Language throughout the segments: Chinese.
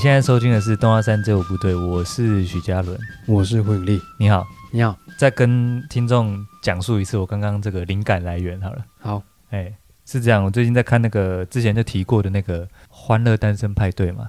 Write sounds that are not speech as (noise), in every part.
现在收听的是《东华三这五部队》，我是许嘉伦，我是惠利，你好，你好，再跟听众讲述一次我刚刚这个灵感来源好了。好，哎，是这样，我最近在看那个之前就提过的那个《欢乐单身派对》嘛，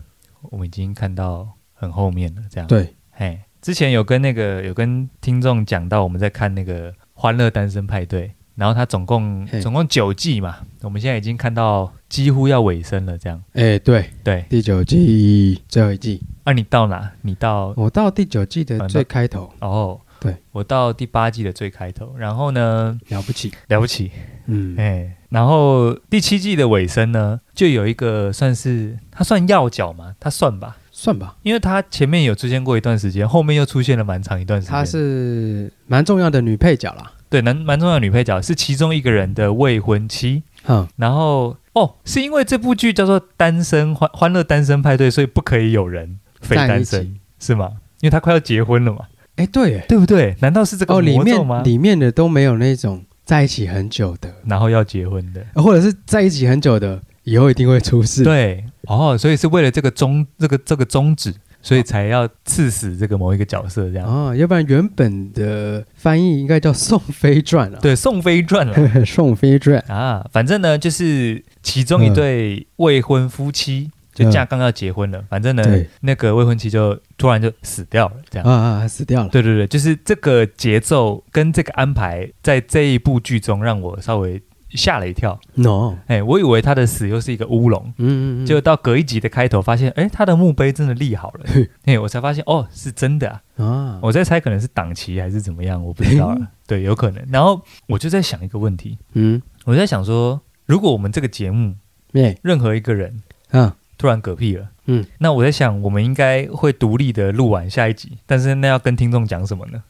我们已经看到很后面了，这样。，对，哎，之前有跟那个有跟听众讲到，我们在看那个《欢乐单身派对》，然后它总共嘿总共九季嘛，我们现在已经看到几乎要尾声了，这样。哎，对，对，第九季最后一季，啊，你到哪？你到我到第九季的最开头，哦，对，我到第八季的最开头，然后呢，了不起，了不起，嗯，哎、然后第七季的尾声呢，就有一个算是它算要角嘛，它算吧，算吧，因为它前面有出现过一段时间，后面又出现了蛮长一段时间，她是蛮重要的女配角啦，对蛮蛮重要的女配角，是其中一个人的未婚妻，哼，然后哦，是因为这部剧叫做《单身欢欢乐单身派对》，所以不可以有人非在一单起身，是吗？因为他快要结婚了嘛，哎，对，哎对不对？难道是这个哦，里魔咒吗？面里面的都没有那种在一起很久的，然后要结婚的，哦或者是在一起很久的，以后一定会出事，，对，哦，所以是为了这个宗这个这个宗旨，所以才要刺死这个某一个角色这样。哦，要不然原本的翻译应该叫《宋飞传》啊，对，《宋飞传》了《 (laughs) 宋飞传》，啊，反正呢，就是其中一对未婚夫妻。就嗯架刚要结婚了，反正呢对，那个未婚妻就突然就死掉了，这样。啊啊，死掉了，对对对，就是这个节奏跟这个安排，在这一部剧中让我稍微吓了一跳。 ，no，哎，我以为他的死又是一个乌龙，嗯嗯嗯，就到隔一集的开头，发现哎，诶他的墓碑真的立好了，嘿，我才发现哦，是真的啊！啊，我在猜可能是档期还是怎么样，我不知道了。对，有可能。然后我就在想一个问题，嗯，我在想说，如果我们这个节目耶，任何一个人嗯，突然嗝屁了，嗯，那我在想，我们应该会独立的录完下一集，但是那要跟听众讲什么 (laughs) 呢？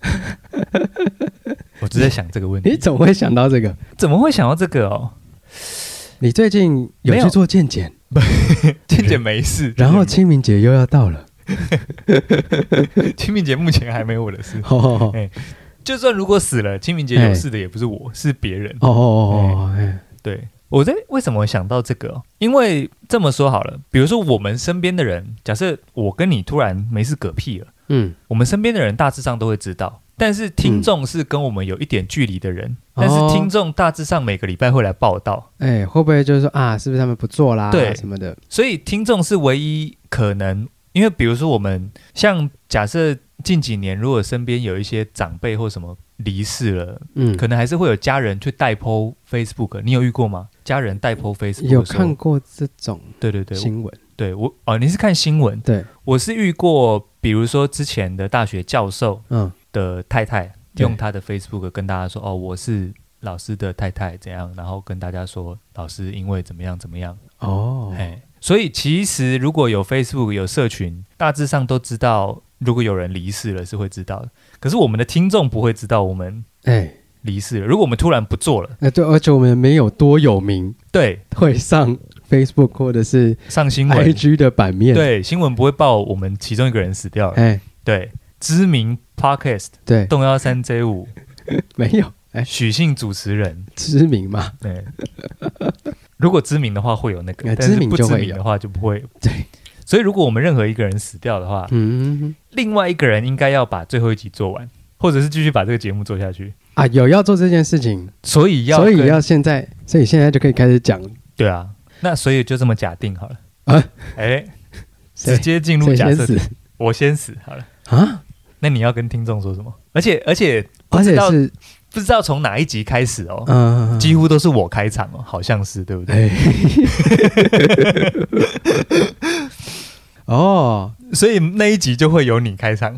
我只在想这个问你题，怎么会想到这个？怎么会想到这个哦？你最近有没有去做健检，健姐没 (laughs) 事，然后健清明节又要到了，姐清明节目前还没我的事。哦哦就算如果死了，清明节有事的也不是我，是别人。哦哦，哎，对，我在为什么想到这个哦？因为这么说好了，比如说我们身边的人，假设我跟你突然没事嗝屁了，嗯，我们身边的人大致上都会知道，但是听众是跟我们有一点距离的人，嗯但是听众大致上每个礼拜会来报道，哎，会不会就是说啊，是不是他们不做啦，对什么的，所以听众是唯一可能。因为比如说我们像假设近几年，如果身边有一些长辈或什么离世了，嗯，可能还是会有家人去代 po Facebook，你有遇过吗？家人代 po Facebook 有的时候看？过这种对对对，我新闻，对我哦，你是看新闻？对，我是遇过，比如说之前的大学教授嗯，的太太，对用她的 Facebook 跟大家说，哦，我是老师的太太，怎样，然后跟大家说，老师因为怎么样怎么样，哦，哎，所以其实如果有 Facebook 有社群，大致上都知道，如果有人离世了是会知道的，可是我们的听众不会知道我们哎，离世了，如果我们突然不做了，哎，对，而且我们没有多有名，对。会上 Facebook 或者是上新闻， IG 的版面，，对新闻不会报我们其中一个人死掉了。哎，对，知名 podcast 对，动幺三 J 五没有，哎，许姓主持人，知名嘛，对，如果知名的话会有那个，哎但是知名不就知会有名的话就不会。对，所以如果我们任何一个人死掉的话，嗯，另外一个人应该要把最后一集做完，或者是继续把这个节目做下去。啊，有要做这件事情，所以要所跟，以要现在，所以现在就可以开始讲对啊，那所以就这么假定好了。啊，哎，谁直接进入谁假先设死，我先死好了。啊，那你要跟听众说什么？而且而且而且道是不知道从哪一集开始哦，嗯，几乎都是我开场哦，好像是对不对？哎， (laughs) 哦，所以那一集就会由你开场，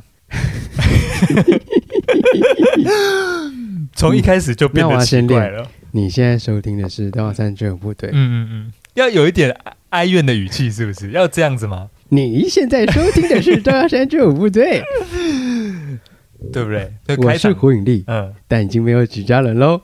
从一开始就变那我得要奇先怪了。你现在收听的是《东华三军部队》，嗯嗯嗯，要有一点哀哀怨的语气，是不是？要这样子吗？你现在收听的是《东华三军部队对不对？就》，我 (laughs) 开是场，胡永利，嗯，但已经没有许家人喽。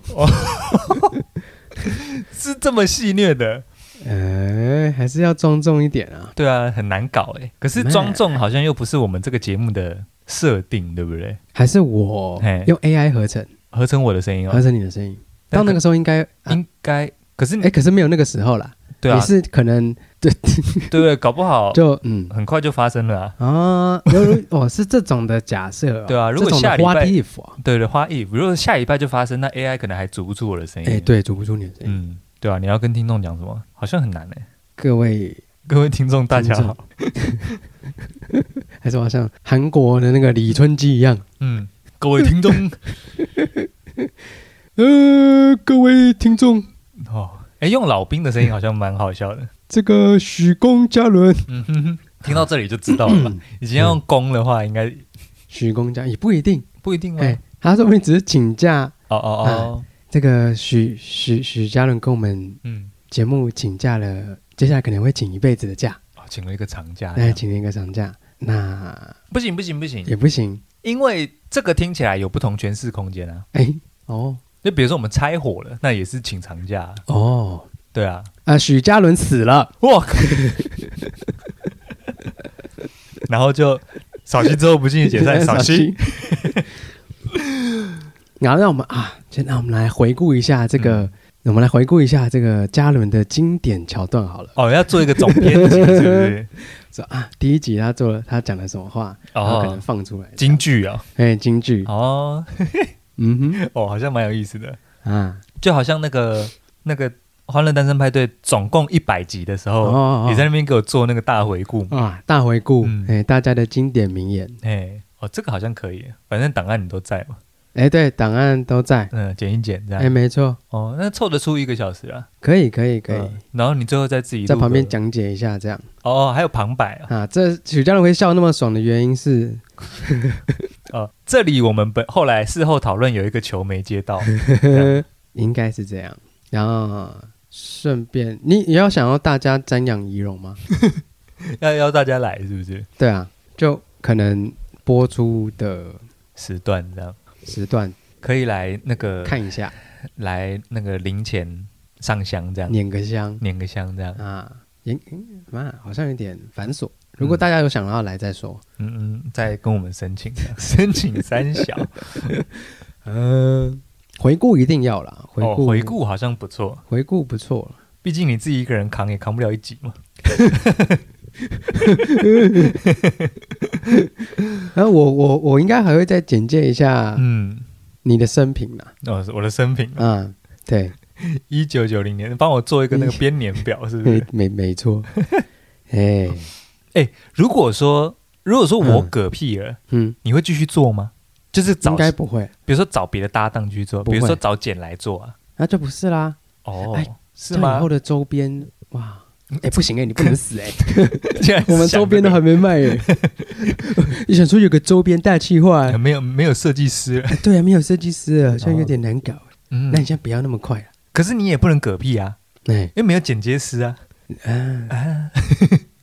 是这么戏谑的，哎，还是要庄重一点啊。对啊，很难搞哎、可是 Man 庄重好像又不是我们这个节目的设定，对不对？还是我嘿用 AI 合成，合成我的声音哦合，成你的声音。但到那可个时候应该，啊应该，可是你哎，可是没有那个时候啦。对啊你，是可能对不对？搞不好就嗯很快就发生了啊。啊，犹如哦是这种的假设哦，对啊如果这种的下礼拜 what if 啊，对对，花艺，如果下礼拜就发生，那 AI 可能还阻不住我的声音。哎，，对，阻不住你的声音。嗯，对啊，你要跟听众讲什么？好像很难哎。各位各位听众，大家好。听众， (laughs) 还是好像韩国的那个李春基一样。嗯，各位听众，呃，各位听众， (laughs) 哦，哎，用老兵的声音好像蛮好笑 (laughs) 的。这个许公加伦，嗯哼哼，听到这里就知道了吧。已经要用公的话，应该许公加也不一定，不一定吗？哎、他说不定只是请假。哦哦哦，这个许许许嘉伦跟我们嗯，节目请假了，接下来可能会请一辈子的假，哦，请了一个长假这那样。请了一个长假，那不行不行不行，也不行。因为这个听起来有不同诠释空间啊。哎、哦就比如说我们拆伙了，那也是请长假啊，哦，对啊。啊，许嘉伦死了，哇！ (laughs) 然后就扫兴之后不进行解 (laughs) 散，扫 (laughs) 兴。。然后让我们啊，先让我们来回顾一下这个，嗯我们来回顾一下这个嘉伦的经典桥段好了。哦，要做一个总编辑是不是？ (laughs) 说啊，第一集他做了，他讲了什么话，然后可能哦，放出来。京剧啊，哎，京剧，哦嗯哼哦，好像蛮有意思的，啊，就好像那个那个《欢乐单身派对》总共一百集的时候，哦你在那边给我做那个大回顾嘛，啊，大回顾，嗯哎，大家的经典名言，哎，哦，这个好像可以，反正档案你都在嘛，哎，对，档案都在，嗯，剪一剪这哎，样，没错，哦，那凑得出一个小时啊，可以，可以，可嗯以，然后你最后再自己在录旁边个，讲解一下，这样哦，还有旁白啊，啊，这许嘉伦会笑那么爽的原因是，哦，这里我们本后来事后讨论有一个球没接到， (laughs) 应该是这样。然后顺便，你你要想要大家瞻仰仪容吗？要要大家来是不是？对啊，就可能播出的时段这样时段可以来那个看一下，来那个零钱上香这样，捻个香捻个香这样，啊，也嗯妈好像有点繁琐。如果大家有想要来再说，嗯嗯，再跟我们申请这样 (laughs) 申请三小，嗯、回顾一定要啦， (laughs) 回哦，顾、回顾好像不错，回顾不错，毕竟你自己一个人扛也扛不了一集嘛。然后我我我应该还会再简介一下嗯，你的生平啦，哦，我的生平，啊，对，一九九零年，帮我做一个那个编年表，是不没是？没没 (laughs) 错，哎、如果说如果说我嗯嗝屁了，嗯，你会继续做吗？就是找应，该不会。比如说找别的搭档去做，不会比如说找简来做啊。那就不是啦，哦哎，是这样吗以后？的周边，哇，哎、不行哎、你不能死哎、竟 (laughs) 然是 (laughs) 我们周边都还没卖哎、你想说有个周边大气化、想这个没有没有设计师，哎对啊，没有设计师啊，好像有点难搞、嗯 (laughs) 那，你先不要那么快了，可是你也不能嗝屁啊，哎、因为没有剪接师啊。啊，啊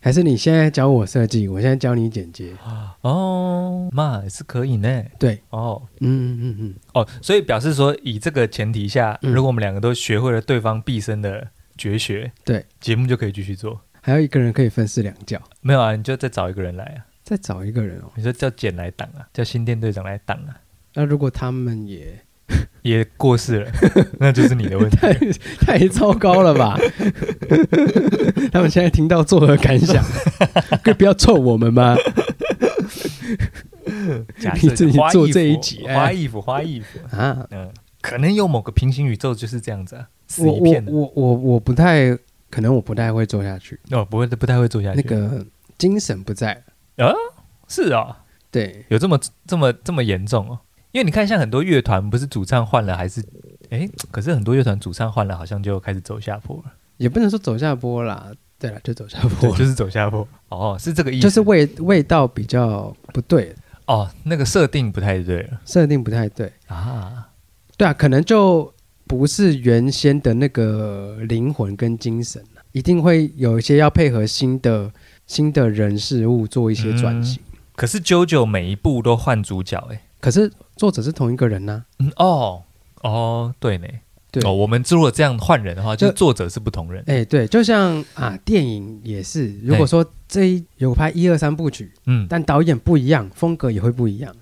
还是你现在教我设计，我现在教你剪接，哦，嘛也是可以呢。对，哦嗯嗯嗯哦，所以表示说，以这个前提下，嗯如果我们两个都学会了对方毕生的绝学，对，节目就可以继续做。嗯，还有一个人可以分饰两角，没有啊，你就再找一个人来啊，再找一个人哦。你说叫简来挡啊，叫新店队长来挡啊，那如果他们也也过世 (laughs) 了，那就是你的问题。太太糟糕了 (laughs) 吧？他们现在听到作何感想？ (laughs) 可以不要臭我们吗？假设你自己花做艺这一服集哎花衣服，花衣服，啊，嗯，可能有某个平行宇宙就是这样子啊，死我一片的，我我我我不太可能，我不太会做下去，哦，不会，不太会做下去。那个精神不在了。是哦，对，有这么这么这么严重哦？因为你看，像很多乐团不是主唱换了，还是哎，可是很多乐团主唱换了，好像就开始走下坡了，也不能说走下坡啦。对了，就走下坡对，了，就是走下坡。哦，是这个意思，就是味味道比较不对，哦，那个设定不太对了设定不太对。啊。对啊，可能就不是原先的那个灵魂跟精神了一定会有一些要配合新的新的人事物做一些嗯转型。可是九九每一部都换主角，哎，可是作者是同一个人呐、嗯，哦，哦，对呢，对哦，我们如果这样换人的话，就就是作者是不同人，哎、对，就像啊，电影也是，如果对说这一有拍一二三部曲，嗯，但导演不一样，风格也会不一样。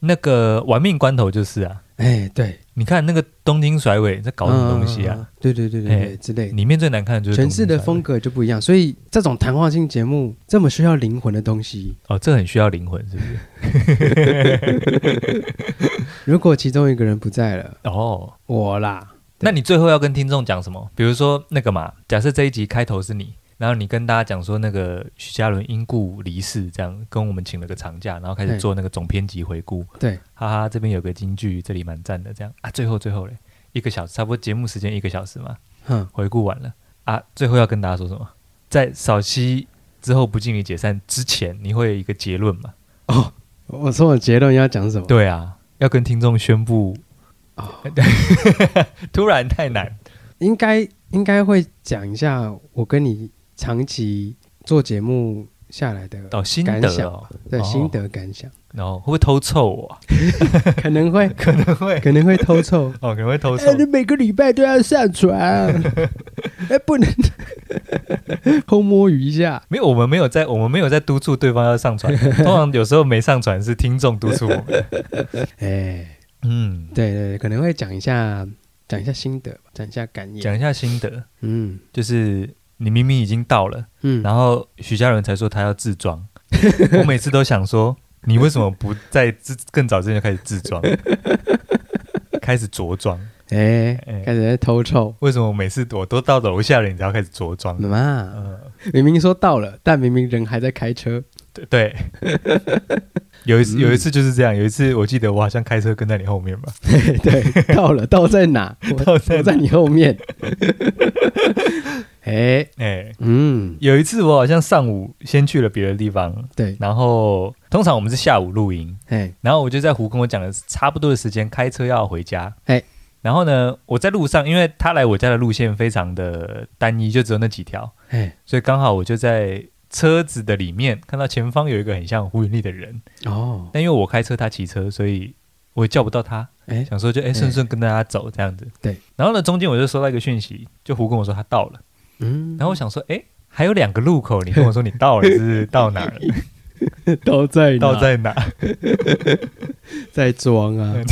那个玩命关头就是啊，哎，对，你看那个东京甩尾在搞什么东西嗯？嗯嗯啊？嗯对对对对对，哎之类的。里面最难看的就是诠释嗯东京甩的尾风格就不一样，所以这种谈话性节目这么需要灵魂的东西，哦，这很需要灵魂，是不是？如果其中一个人不在了，哦，我啦，那你最后要跟听众讲什么？比如说那个嘛，假设这一集开头是你，然后你跟大家讲说那个许嘉伦因故离世，这样跟我们请了个长假，然后开始对做那个总编辑回顾。对，哈哈，这边有个金句，这里蛮赞的，这样啊。最后最后嘞，一个小时，差不多节目时间一个小时嘛，哼，回顾完了啊，最后要跟大家说什么？在扫息之后不敬礼解散之前，你会有一个结论嘛？哦，我说我结论要讲什么？对啊，要跟听众宣布，哦， (laughs) 突然太难。应该应该会讲一下我跟你长期做节目下来的哦，心感得想哦，对哦心，得感想，然后会不会偷臭我啊？可能会可能会，可能会偷凑。 (laughs) 哦，可能会偷臭哎，。你每个礼拜都要上传， (laughs) 哎，不 (laughs) 能偷摸鱼一下。没有，我们没有在，我们没有在督促对方要上 (laughs) 传。通常有时候没上传是听众督促我 (laughs) 们。哎，嗯，对对，对可能会讲一下讲一下心得吧，讲一下感言。讲一下心得，嗯就是你明明已经到了，嗯，然后许家人才说他要自 (laughs) 装。我每次都想说，你为什么不在自更早之前就开始自 (laughs) 装，开始着装？哎哎，开始在偷臭。为什么每次我都到楼下了，你才要开始着装？妈嗯、妈，明明说到了，但明明人还在开 (laughs) 车。对对， (laughs) 有一次有一次就是这样，有一次我记得我好像开车跟在你后面吧，对，到了，到在哪？我到在哪我在你后 (laughs) 面。哎，哎、嗯，有一次我好像上午先去了别的地方，对，然后通常我们是下午露营，哎，然后我就在胡跟我讲的差不多的时间开车要回家，哎然后呢我在路上，因为他来我家的路线非常的单一，就只有那几条，哎，所以刚好我就在车子的里面看到前方有一个很像胡云丽的人，哦，但因为我开车他骑车，所以我也叫不到他，哎，想说就哎顺顺跟大家走这样子。对，然后呢，中间我就收到一个讯息，就胡跟我说他到了，嗯，然后我想说哎、还有两个路口，你跟我说你到 (laughs) 了，是不是到哪儿了？到在哪到在哪？在装啊。 (laughs)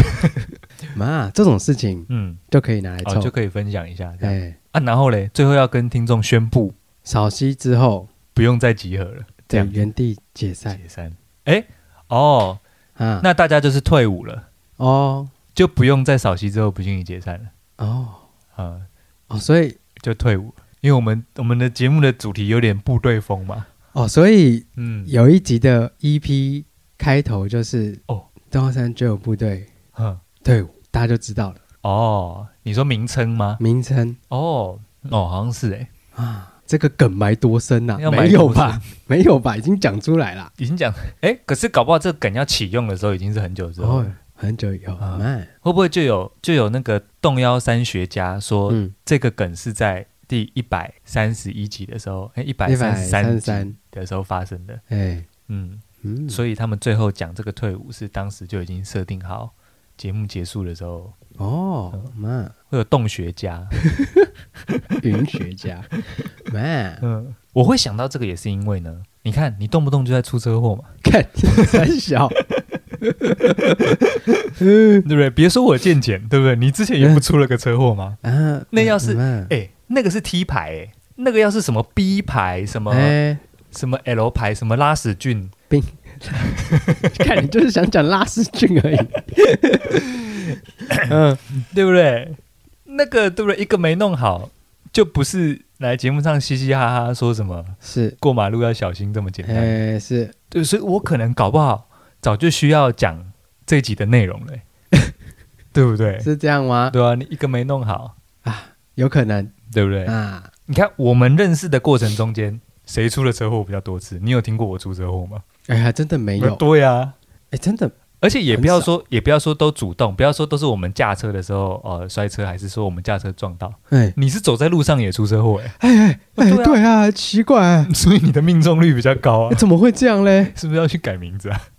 妈，这种事情嗯，就可以拿来哦，就凑。可以分享一下这样哎，啊。然后嘞，最后要跟听众宣布，扫息之后，不用再集合了，这对，样原地解散解散。哎，哦，啊。那大家就是退伍了，哦就不用在扫息之后不进行解散了哦啊、哦，所以就退伍。因为我们我们的节目的主题有点部队风嘛，哦，所以嗯，有一集的 EP 开头就是哦，东山就有部队嗯，队伍，大家就知道了哦，你说名称吗？名称哦哦，好像是哎、啊。这个梗埋多深啊？要埋没有多吧？ (laughs) 没有吧？已经讲出来啦。已经讲哎、可是搞不好这个梗要启用的时候已经是很久之后了，哦，很久以后，啊慢，会不会就有就有那个动幺三学家说、嗯，这个梗是在第一百三十一集的时候，哎、一百一三百十三十集三，的时候发生的，哎，嗯，嗯，所以他们最后讲这个退伍是当时就已经设定好，节目结束的时候哦， (laughs) 慢，会有动学 (laughs) 家，云学家，慢，嗯，我会想到这个也是因为呢，你看你动不动就在出车 (laughs) 祸嘛。看三小，对不对？别说我见解，对不对？你之前也不出了个车祸吗？ (laughs) 啊，那要是慢哎、那个是 T 牌、哎，那个要是什么 B 牌、什么、哎，什么 L 牌、什么拉屎菌，哎看你就是想讲拉丝菌而已，嗯， (laughs) 对不对？那个对不对？一个没弄好，就不是来节目上嘻嘻哈哈说什么 (laughs) 是，过马路要小心这么简单。哎，是，对，所以我可能搞不好早就需要讲这一集的内容 (laughs) 了、哎对不对？是这样吗？啊对啊，你一个没弄好，有可能对不对？啊，你看我们认识的过程中间，谁出了车祸比较多次？你有听过我出车祸吗？哎，还真的没有，对啊呀、哎，真的，而且也不要说，也不要说都主动，不要说都是我们驾车的时候，呃，摔车，还是说我们驾车撞到，哎，你是走在路上也出车祸、欸， (laughs) 哎哎，对啊对啊，(laughs) 奇怪，所以你的命中率比较高啊， (laughs) 怎么会这样嘞？是不是要去改名字啊？哎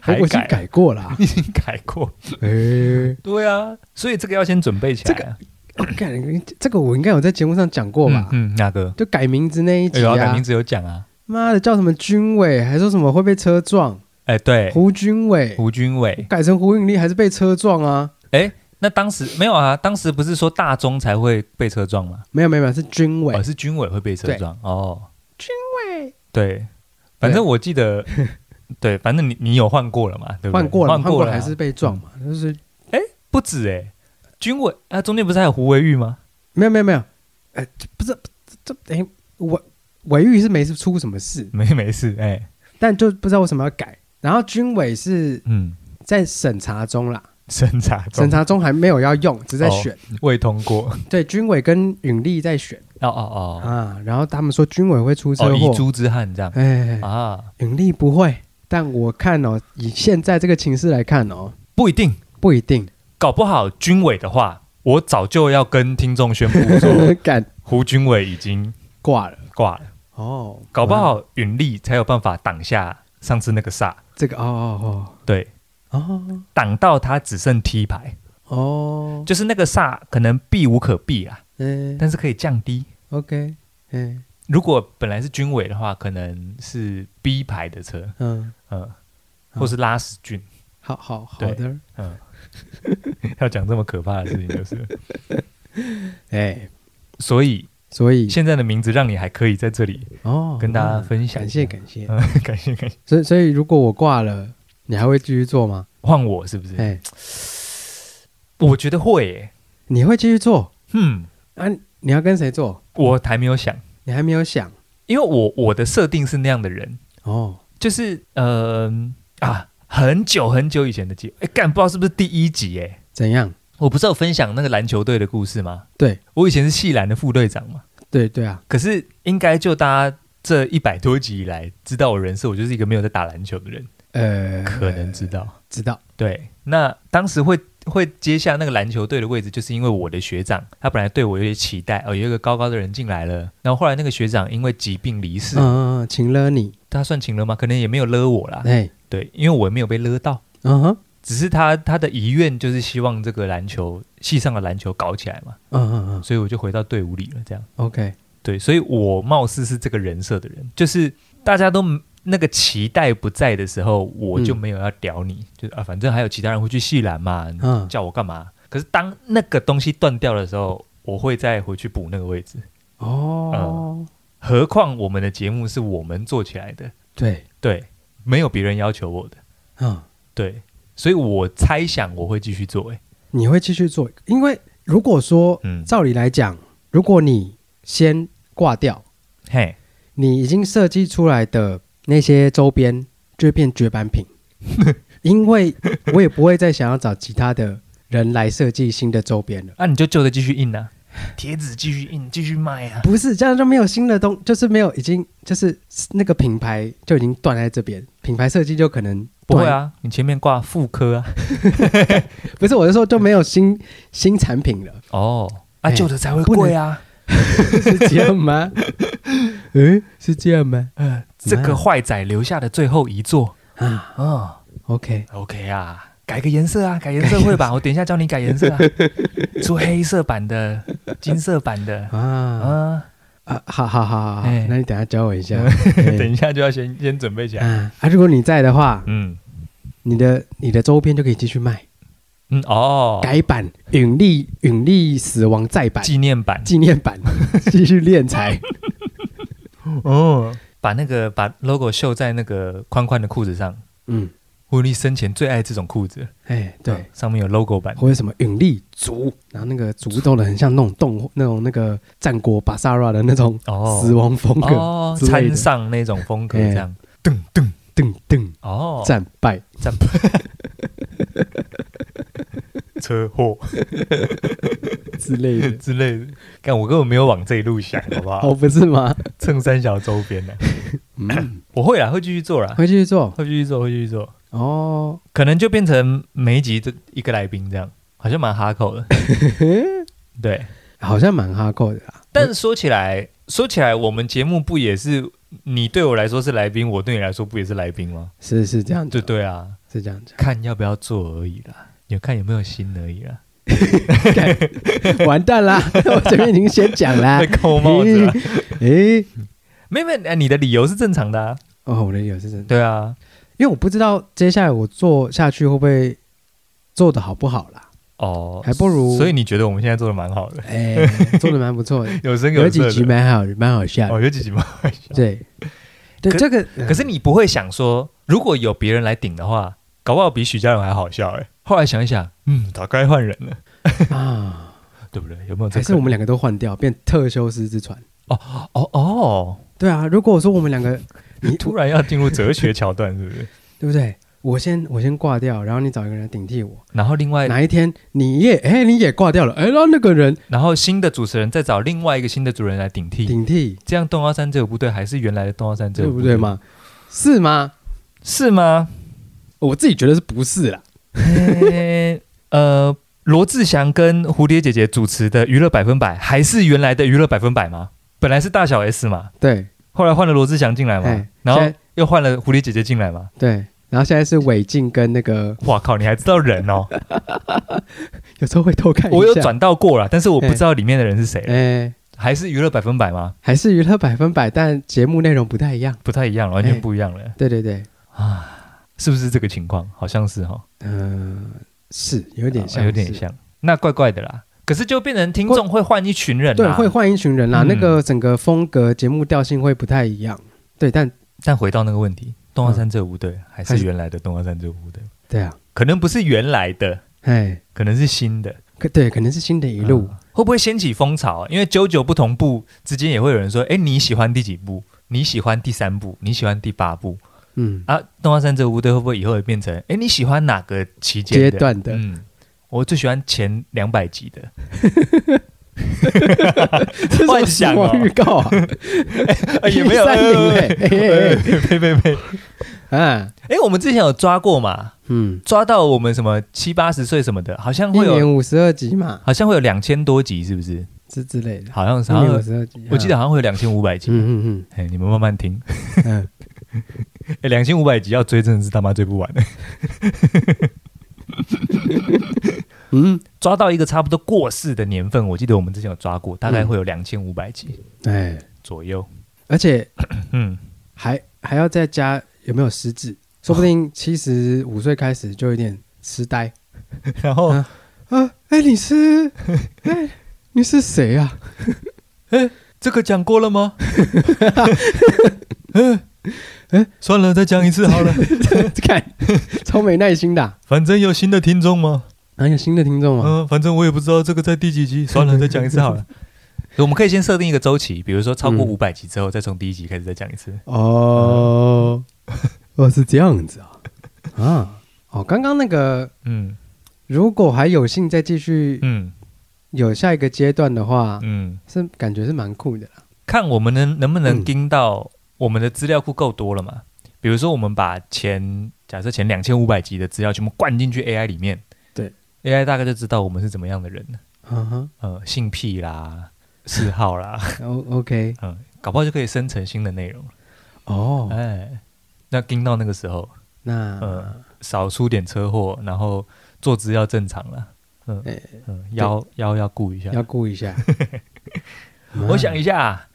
还我已经改？改过 (laughs) 啊啦，你已经改过？哎。对啊，所以这个要先准备起来啊、干，这个我应该有在节目上讲过吧？嗯，嗯哪个？就改名字那一哎集呦，啊，改名字有讲啊？妈的叫什么军委，还说什么会被车撞，哎、对，胡军委，胡军伟，改成胡永利还是被车撞啊？哎，那当时没有啊，当时不是说大钟才会被车撞吗？没有没有没有，是军委哦，是军委会被车对撞哦。军委对，反正我记 (laughs) 得，对，反正你你有换过了嘛，对不对？换过了换换过过了了啊，还是被撞嘛，就是不止哎、军委啊，中间不是还有胡惟玉吗？没有没有没有，呃，这不是这这哎我。尾狱是没出什么事，没没事哎、但就不知道为什么要改。然后军委是嗯，在审查中啦，审查中审查中还没有要用，只在选。未通 (laughs) 过。对，军委跟允力在选哦哦哦，啊。然后他们说军委会出哦，车遗祸，珠之憾这样哎，啊，允力不会。但我看哦，以现在这个情势来看哦，不一定，不一定。，搞不好军委的话，我早就要跟听众宣布说 (laughs) 敢胡军委已经挂了挂了，哦，搞不哇好允力才有办法挡下上次那个煞，这个哦对，哦哦挡到他只剩 T 牌，哦哦，就是那个煞可能避无可避啦，嗯但是可以降低。 ，OK，嗯如果本来是军委的话，可能是 B 牌的车，嗯，嗯，或是拉屎菌，好好好对的， (laughs) 嗯，要讲这么可怕的事情就是了，哎，所以所以现在的名字让你还可以在这里哦，跟大家分享感一谢下，感谢。嗯， (laughs) 感谢感谢。所以所以如果我挂了，你还会继续做吗？换我是不是？哎，我觉得会欸耶，你会继续做嗯，啊？你要跟谁做？我还没有想，你还没有想因为我我的设定是那样的人，哦。就是呃啊，很久很久以前的记，哎，干不知道是不是第一集哎，怎样？我不是有分享那个篮球队的故事吗？对我以前是系篮的副队长嘛，对对啊，可是应该就大家这一百多集以来知道我人设，我就是一个没有在打篮球的人，呃，可能知道。知道对，那当时会会接下那个篮球队的位置，就是因为我的学长，他本来对我有些期待，哦，有一个高高的人进来了，然后后来那个学长因为疾病离世，嗯嗯，嗯请了你，他算请了吗？可能也没有勒我啦，哎，对，因为我没有被勒到，嗯哼，只是他他的遗愿就是希望这个篮球系上的篮球搞起来嘛，嗯嗯嗯所以我就回到队伍里了，这样。 ，OK，对，所以我貌似是这个人设的人，就是大家都那个期待不在的时候，我就嗯没有要屌你，就是啊，反正还有其他人会去细篮嘛，你嗯叫我干嘛？可是当那个东西断掉的时候，我会再回去补那个位置。嗯哦，何况我们的节目是我们做起来的，对，对，没有别人要求我的，嗯，对，所以我猜想我会继续做、欸，你会继续做，因为如果说嗯，照理来讲，如果你先挂掉，嘿，你已经设计出来的那些周边就会变绝版 (laughs) 品，因为我也不会再想要找其他的人来设计新的周边了。那、啊你就旧的继续印啊，贴纸继续印，继续卖啊，不是这样就没有新的东，就是没有已经就是那个品牌就已经断在这边，品牌设计就可能不会断，啊，你前面挂妇科啊。不是我是说就没有新新产品 (laughs) 了，哦，啊，哎旧的才会不能贵啊。是这 (laughs) 样吗？嗯，是这样吗？嗯，这个坏仔留下的最后一座。啊嗯，OK， ，OK 啊，改个颜色啊，改颜色会 (laughs) 吧？我等一下教你改颜色啊，出黑色版的、金色版 (laughs) 的。啊啊，啊，好好好好，哎那你等一下教我一下。哎 (laughs) 等一下就要先先准备起来。啊啊！如果你在的话，嗯你的你的周边就可以继续卖，嗯，哦，改版允力允力死亡再版纪念版。纪 (laughs) 念版，继续敛财。哦，把那个把 logo 绣在那个宽宽的裤子上。嗯，狐狸生前最爱这种裤子，哎，对嗯，，上面有 logo 版。或者什么允力族，然后那个族弄得很像那种动那种那个战国巴萨拉的那种哦死亡风格，哦，之类的参上那种风格哎这样，噔噔噔噔哦，战败，车祸之类的。 (laughs) 之类的。但我根本没有往这一路想，好不好？ (laughs) 哦，不是 (laughs) 吗？蹭三小周边呢、嗯，我会啦，会继续做啦，回去做会继续做，会继续做。哦。可能就变成每一集的一个来宾这样，好像蛮哈 (laughs) 口的。对，好像蛮哈扣的啦，但是说起来，说起来，我们节目不也是你对我来说是来宾，我对你来说不也是来宾吗？是是这样对子，对啊，是这样子。看要不要做而已啦，有看有没有心而已啦。 (laughs) 完蛋啦！ (laughs) 我前面已经先讲 (laughs) (laughs) 啦被。扣帽子啊啊了，诶，没有没有，哎你的理由是正常的啊。哦，我的理由是真的，对啊，因为我不知道接下来我做下去会不会做的好不好啦。哦，还不如所以你觉得我们现在做的蛮好的，，哎、做的蛮不错的有声有色几的集蛮好，蛮好笑的。哦，有几集吗？对， (laughs) 对，可这个可是你不会想说，如果有别人来顶的话，搞不好比许家人还好笑哎、后来想一想，嗯，早该换人了，啊，对不对？有没有这可能？还是我们两个都换掉，变特修斯之船。哦哦，对啊，如果我说我们两个，你突然要进入哲学桥段，是不 (laughs) 是？对不对？我先我先挂掉，然后你找一个人来顶替我。然后另外，哪一天你也哎你也挂掉了，哎，然后那个人然后新的主持人再找另外一个新的主持人来顶替，顶替，这样动幺三这个部队还是原来的动幺三这对个不部队对？嘛？是吗？是吗？我自己觉得是不是啦？诶 (laughs) 呃，罗志祥跟蝴蝶姐姐主持的《娱乐百分百》还是原来的《娱乐百分百》吗？本来是大小 S 嘛，对后来换了罗志祥进来嘛哎，然后现在又换了蝴蝶姐姐进来嘛。对。然后现在是韦静跟那个，哇靠！你还知道人哦？ (laughs) 有时候会偷看一下。我有，转到过了，但是我不知道里面的人是谁。哎，还是娱乐百分百吗？还是娱乐百分百，但节目内容不太一样。不太一样了，完哎全不一样了，啊对对对，是不是这个情况？好像是哈、哦，啊嗯，是啊有点像，有点是像。那怪怪的啦。可是就变成听众会换一群人啦，对，会换一群人啦、嗯那个整个风格、节目调性会不太一样。对，但但回到那个问题，东华山这个部队还嗯还是是原来的东华山这个部队，对啊，可能不是原来的，哎，可能是新的可对，可能是新的一路。嗯会不会掀起风潮啊？因为九九不同步之间也会有人说，哎，你喜欢第几部？你喜欢第三部？你喜欢第八部？嗯，啊，东华山这个部队会不会以后也变成，哎，你喜欢哪个期间阶的段的嗯，我最喜欢前两百集 (laughs) 的，这是幻想什么哦预告啊，哎也 (laughs) 没有三零嘞，哎哎呸呸 (laughs) 呸！哎啊，哎，我们之前有抓过嘛？嗯，抓到我们什么七八十岁什么的，好像一会有，年五十二集嘛，好像会有两千多集，是不是？之之类的，好像是，一好年五像十二集，我记得好像会有两千五百集。啊嗯，嗯哎，你们慢慢听，嗯嗯哎，两千五百集要追，真的是他妈追不完。嗯 (laughs) 抓到一个差不多过世的年份，我记得我们之前有抓过，大概会有两千五百集嗯，哎，左右。而且嗯，还还要再加有没有失智，说不哦定七十五岁开始就有点痴呆然后啊啊，哎，(laughs) 你是哎你是谁啊？ (laughs) 这个讲过了 (laughs) 吗？嗯嗯，算了，再讲一次好了。看，超没耐心的啊、反正有新的听众吗？哪有新的听众啊？嗯，反正我也不知道这个在第几集，算了，再讲一次好了。 (laughs) 我们可以先设定一个周期，比如说超过嗯五百集之后，再从第一集开始再讲一次。哦，哦是这样 (laughs) 子啊，啊，哦，刚刚那个，嗯如果还有幸再继续嗯有下一个阶段的话，嗯，是感觉是蛮酷的啦。看我们能能不嗯能盯到我们的资料库够多了嘛？比如说，我们把前假设前两千五百集的资料全部灌进去 AI 里面，对 AI 大概就知道我们是怎么样的人了。嗯哼呃，性癖啦，嗜好啦， (laughs) ，O 哦 OK，嗯，搞不好就可以生成新的内容了。哦，哎，那盯到那个时候，那嗯少出点车祸，然后坐姿要正常了。嗯哎嗯，腰腰要顾一下。要顾一下。我想一下，下，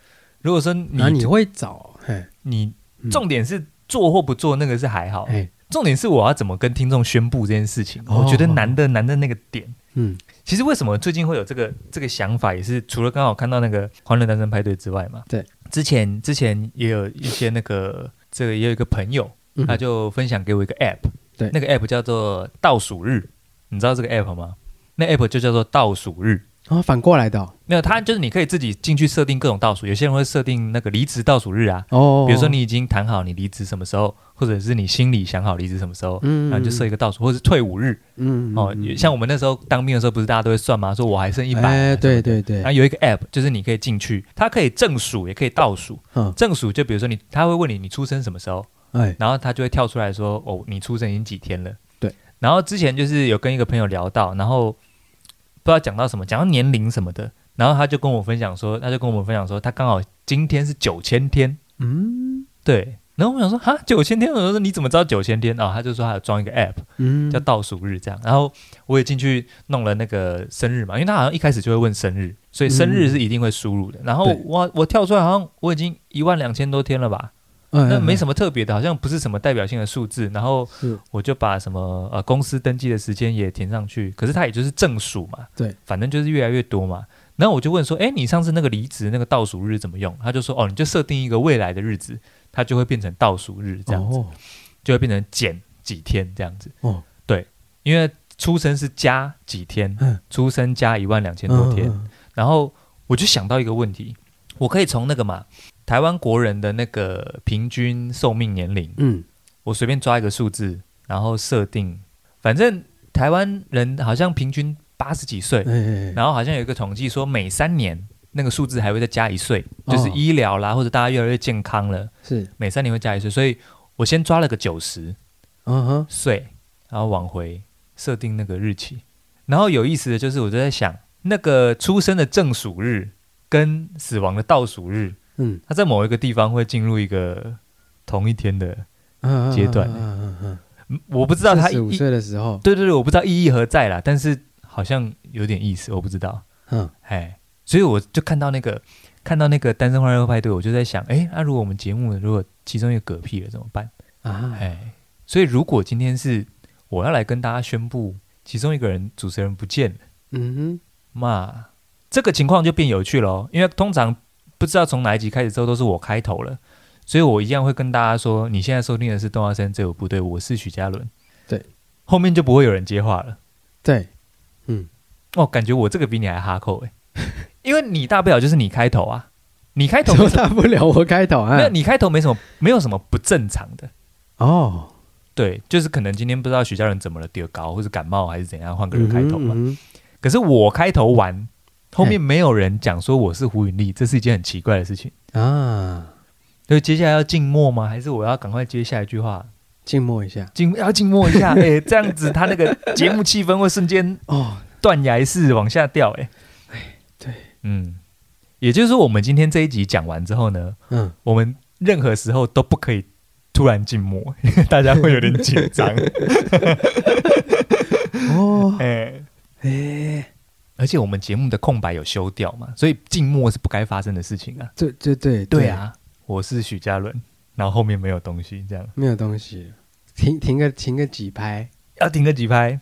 如果说你、那你会找？嘿你嗯重点是做或不做，那个是还好，哎，重点是我要怎么跟听众宣布这件事情。哦我觉得难的难的那个点，嗯其实为什么最近会有这个这个想法，也是除了刚好看到那个《欢乐单身派对》之外嘛。对，之前之前也有一些那个这个也有一个朋友，嗯，他就分享给我一个 app，对那个 app 叫做倒数日，你知道这个 app 吗？那 app 就叫做倒数日。哦，反过来的哦没有，它就是你可以自己进去设定各种倒数，有些人会设定那个离职倒数日啊，哦，比如说你已经谈好你离职什么时候，或者是你心里想好离职什么时候，嗯，嗯，然后就设一个倒数，或者是退伍日嗯，嗯哦。嗯像我们那时候当兵的时候，不是大家都会算吗？说我还剩一百、哎，对。对对然后，有一个 app，就是你可以进去，它可以正数，也可以倒数。嗯，正数就比如说你，他会问你你出生什么时候，哎，然后他就会跳出来说：“哦，你出生已经几天了？”对。然后之前就是有跟一个朋友聊到，然后不知道讲到什么，讲到年龄什么的，然后他就跟我分享说，他就跟我们分享说，他刚好今天是九千天，嗯对。然后我想说，哈，九千天，我说你怎么知道九千天啊、他就说他有装一个 app 嗯，叫倒数日这样，然后我也进去弄了那个生日嘛，因为他好像一开始就会问生日，所以生日是一定会输入的。然后嗯对我我跳出来好像我已经一万两千多天了吧，嗯那没么，什么特别的，好像不是什么代表性的数字。然后是我就把什么呃公司登记的时间也填上去，可是它也就是正数嘛，对，反正就是越来越多嘛。然后我就问说，哎，你上次那个离职那个倒数日怎么用？他就说，哦，你就设定一个未来的日子，它就会变成倒数日这样子，哦就会变成减几天这样子。哦，因为出生是加几天，嗯出生加一万两千多天，嗯，嗯然后我就想到一个问题，我可以从那个嘛台湾国人的那个平均寿命年龄，嗯，我随便抓一个数字，然后设定，反正台湾人好像平均八十几岁，嗯哎哎哎，然后好像有一个统计说每三年那个数字还会再加一岁，哦就是医疗啦或者大家越来越健康了，是，每三年会加一岁，所以我先抓了个九十嗯哼，岁，然后往回设定那个日期，然后有意思的就是我就在想那个出生的正数日跟死亡的倒数日，嗯，它在某一个地方会进入一个同一天的，嗯阶段嗯嗯嗯嗯我不知道嗯，它四十五一岁的时候，对对对，我不知道意义何在啦，但是好像有点意思，我不知道。嗯，哎，所以我就看到那个看到那个单身欢乐派对，我就在想，哎，那、如果我们节目如果其中一个嗝屁了怎么办？啊，哎，所以如果今天是我要来跟大家宣布其中一个人主持人不见了，嗯嘛，这个情况就变有趣喽，因为通常不知道从哪一集开始之后都是我开头了。所以我一样会跟大家说，你现在收听的是《动画声》这有部队，我是许嘉伦。对，后面就不会有人接话了。哼，对，哦，感觉我这个比你还哈扣哎， (laughs) 因为你大不了就是你开头啊，你开头什没么什 (laughs) 么大不了我开头啊没有，，你开头没什么，没有什么不正常的。哦，对，就是可能今天不知道许家人怎么了，丢高或者感冒还是怎样，换个人开头嘛。嗯哼，可是我开头完，后面没有人讲说我是胡允丽，这是一件很奇怪的事情。嗯哼啊，所以接下来要静默吗？还是我要赶快接下一句话？静默一下，静要静默一 (laughs) 下，哎、这样子他那个节目气氛会瞬间哦，断崖式往下掉、哎，对，嗯，也就是说，我们今天这一集讲完之后呢，嗯，我们任何时候都不可以突然静默， (laughs) 因为大家会有点紧 (laughs) 张。哦，哎，哎，而且我们节目的空白有修掉嘛，所以静默是不该发生的事情啊。对对对，啊，我是许嘉伦，然后后面没有东西，这样没有东西，停停个停个几拍，要停个几拍。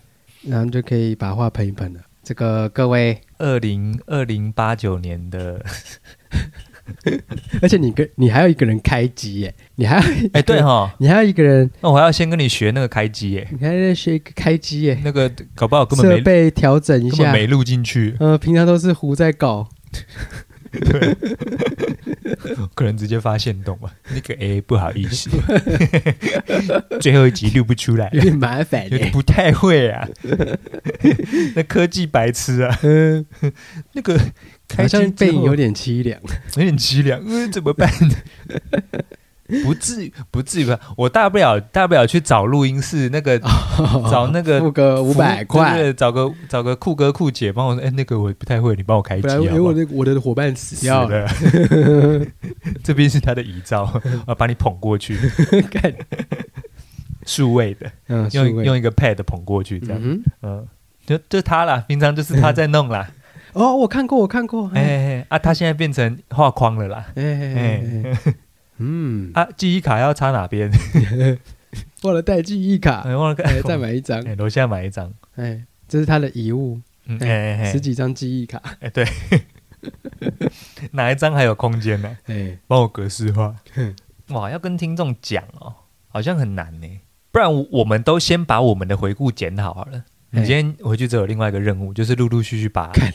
然后就可以把话喷一喷了。这个各位，二零二零八九年的， (laughs) 而且你跟你还有一个人开机耶，你还要哎，对哈、哦，你还有一个人，那我还要先跟你学那个开机耶，你还在学一个开机耶，那个搞不好根本设没备调整一根本下。没录进去，呃，平常都是胡在搞，可能直接发现洞吧。那个哎，不好意思， (laughs) 哎最后一集录不出来有。点麻烦有点耶。不太会 (laughs) 啊，那科技白痴啊，嗯， (laughs) 那个好开像心背影有点点凄凉。有点凄 (laughs) 凉，嗯呃，怎么办？ (laughs) 不至于，不至于吧？我大不了大不了去找录音室那个 (laughs) 找那个付个啊五百服务对块，对找个找个酷哥酷姐帮我说，哎，那个我不太会，你帮我开机不然好因为不我好？的我的伙伴死死掉了，了， (laughs) 这边是他的遗 (laughs) 照，我要把你捧过去，干数位的，嗯，用数位用一个 pad 捧过去，这样，嗯哼嗯，就就他啦，平常就是他在弄啦。哦，我看过，我看过，哎哎哎哎啊，他现在变成画框了啦。哎哎哎，嗯，啊，记忆卡要插哪边？忘了带记忆卡， (laughs) 哎忘了看哎，再买一张，哎，楼下买一张。哎，这是他的遗物，嗯，哎哎哎十几张记忆卡，哎，对， (laughs) 哪一张还有空间呢？哎，帮我格式化哼。哇，要跟听众讲哦，好像很难呢。不然我我们都先把我们的回顾剪好好了。你哎今天回去之后有另外一个任务，就是陆陆续续把看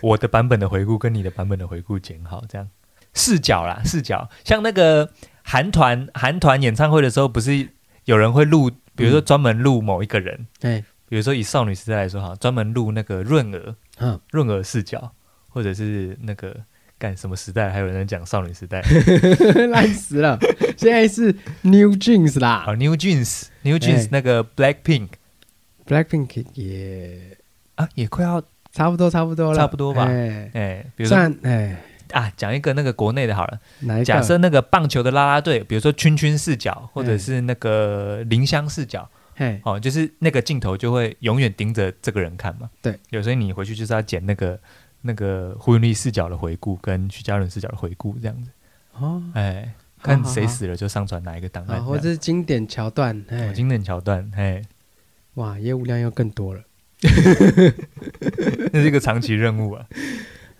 我的版本的回顾跟你的版本的回顾剪好，这样视角啦，视角。像那个韩团韩团演唱会的时候，不是有人会录，比如说专门录某一个人，哎，比如说以少女时代来说哈，专门录那个润儿嗯，润儿视角，或者是那个干什么时代，还有人在讲少女时 (laughs) 代， (laughs) 烂死了，现在是 New Jeans 啦好 New Jeans New Jeans 哎那个 Black Pink ，Blackpink 也啊，也快要差不多，差不多了，差不多吧哎，哎，比如说算哎，啊，讲一个那个国内的好了，哪一个？假设那个棒球的啦啦队，比如说圈圈视角，或者哎是那个林香视角。哎，哦，就是那个镜头就会永远盯着这个人看嘛。对，有时候你回去就是要剪那个那个胡云丽视角的回顾跟徐嘉伦视角的回顾这样子。哦，哎，看谁死了就上传哪一个档啊，案，或者是经典桥段，这样哎哎哦，经典桥段，嘿，哇，业务量又更多了 (laughs) 那是一个长期任务啊，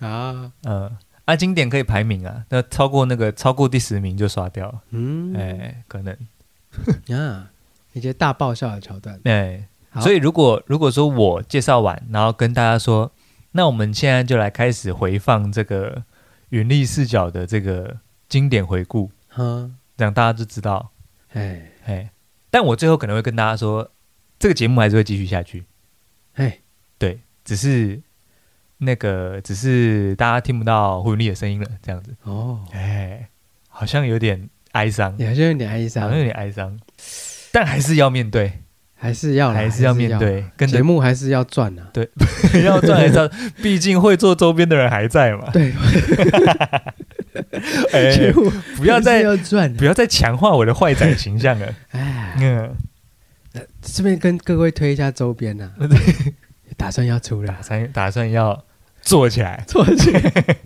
啊，嗯，啊，经典可以排名啊，那超过那个超过第十名就刷掉了，嗯，哎，可能，啊，一些大爆笑的桥段，哎，好所以如果如果说我介绍完，然后跟大家说，那我们现在就来开始回放这个云丽视角的这个经典回顾，哈，这样大家就知道，哎哎，但我最后可能会跟大家说，这个节目还是会继续下去，哎，对，只是那个只是大家听不到胡云丽的声音了，这样子，哦，哎，好像有点哀伤，你还是有点哀好伤像，有点哀伤，但还是要面对，还是要啦还是要面对，跟着节目还是要赚啊， (laughs) 要赚还是要，毕竟会做周边的人还在嘛， (laughs) 对，节哎，目不要还再是要赚啊，不要再强化我的坏仔形象 (laughs) 了，哎，嗯，这边跟各位推一下周边 (laughs) 呐、啊，打算要出了打，算打算要做起来。错觉。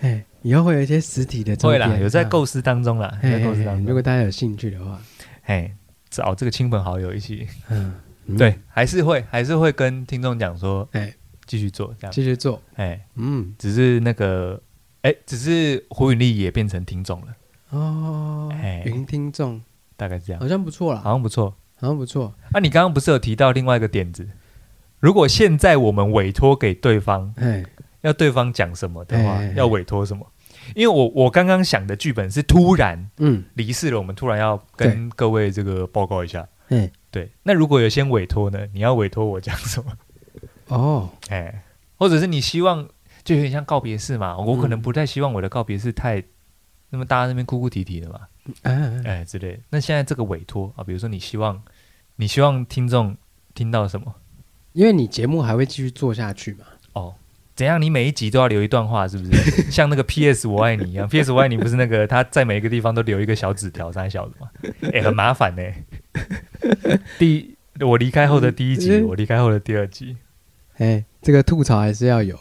哎，以后会有一些实体的周会边，啦，有在啊构思当中啦，有嘿嘿在构思嘿当如中果。大家有兴趣的话，哎，找这个亲朋好友一起，嗯，嗯，对，还是会还是会跟听众讲说，哎，继续做这样。继续做，哎，嗯，只是那个，哎，只是胡允丽也变成听众了，哦哎，云听众大概是这样，好像不错啦，好像不错。好像不错，啊，你刚刚不是有提到另外一个点子？如果现在我们委托给对方，哎，要对方讲什么的话哎哎哎，要委托什么？因为我我刚刚想的剧本是突然嗯，离世了，我们突然要跟各位这个报告一下。哎，对，那如果有先委托呢？你要委托我讲什么？ (laughs) 哦，哎，或者是你希望就有点像告别式嘛，我可能嗯不太希望我的告别式太那么大家那边哭哭啼啼的嘛，哎哎，哎哎之类的。那现在这个委托啊，比如说你希望你希望听众听到什么？因为你节目还会继续做下去嘛，哦，怎样？你每一集都要留一段话，是不是？像那个 P.S. 我爱你一样，P.S. 我爱你不是那个 (laughs) 他在每一个地方都留一个小纸条，三小的嘛？哎，很麻烦呢、第我离开后的第一集，嗯我离开后的第二集。哎，这个吐槽还是要有，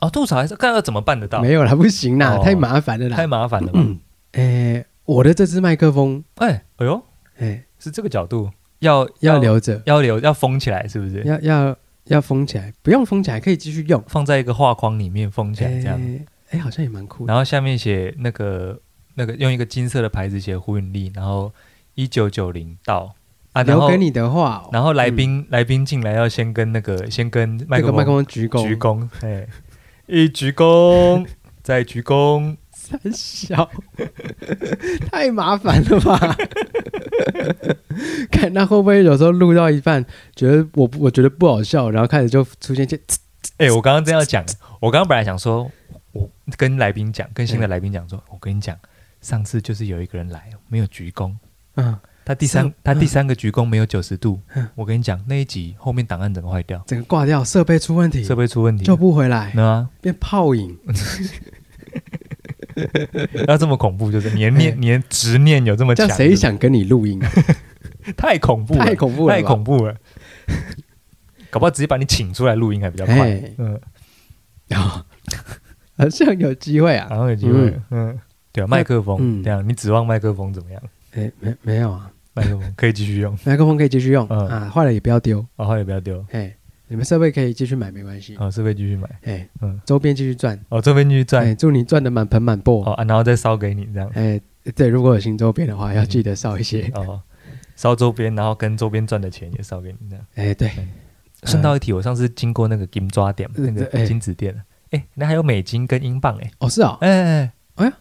哦，吐槽还是看要怎么办得到？没有啦，不行啦，哦太麻烦了啦太，麻烦了吧？哎，我的这支麦克风，哎，哎呦，哎，是这个角度，要要留着，要留要封起来，是不是？要要要封起来，不用封起来可以继续用，放在一个画框里面封起来，这样。哎，哎，好像也蛮酷的，然后下面写那个那个用一个金色的牌子写胡允丽，然后一九九零到啊，然留后给你的话哦，然后来宾、来宾进来要先跟那个先跟麦那克个麦克风风鞠躬，鞠躬，哎，一鞠 (laughs) 躬，再鞠躬，很小， (laughs) 太麻烦了吧？ (laughs) 看那会不会有时候录到一半，觉得我不我觉得不好笑，然后开始就出现一些哎、我刚刚真要讲，我刚刚本来想说，我跟来宾讲，跟嗯新的来宾讲说，我跟你讲，上次就是有一个人来没有鞠躬，嗯，他第三上他第三个鞠躬没有九十度嗯，我跟你讲，那一集后面档案整个坏掉，整个挂掉，设备出问题设备出问题救，不回来，那、啊、变泡影， (laughs) 要这么恐怖，就是你的念你的执念有这么哎这强，样谁想跟你录音啊？是不是太恐怖了，太恐怖了吧， (laughs) 太恐怖了， (laughs) 搞不好直接把你请出来录音还比较快，哎，嗯，好像有机会啊然？后有机会，嗯。对啊，麦克风、嗯这样，你指望麦克风怎么样？哎，没没有啊？麦克风可 (laughs) 以继续用，麦克风可以继续用嗯啊，坏了也不要丢，然后也不要丢，哎，你们设备可以继续买没关系，哦，设备继续买，哎嗯，周边继续赚，哦，这边继续哎，赚，祝你赚的满盆满钵哦、啊，然后再烧给你这样，哎，对，如果有新周边的话，要记得少一些。哦，烧周边，然后跟周边赚的钱也烧给你这样。哎，对，顺道一提，我上次经过那个金抓店，嗯那哎个金子店，哎，那还有美金跟英镑，哎，哦，是哦，哎哎哎，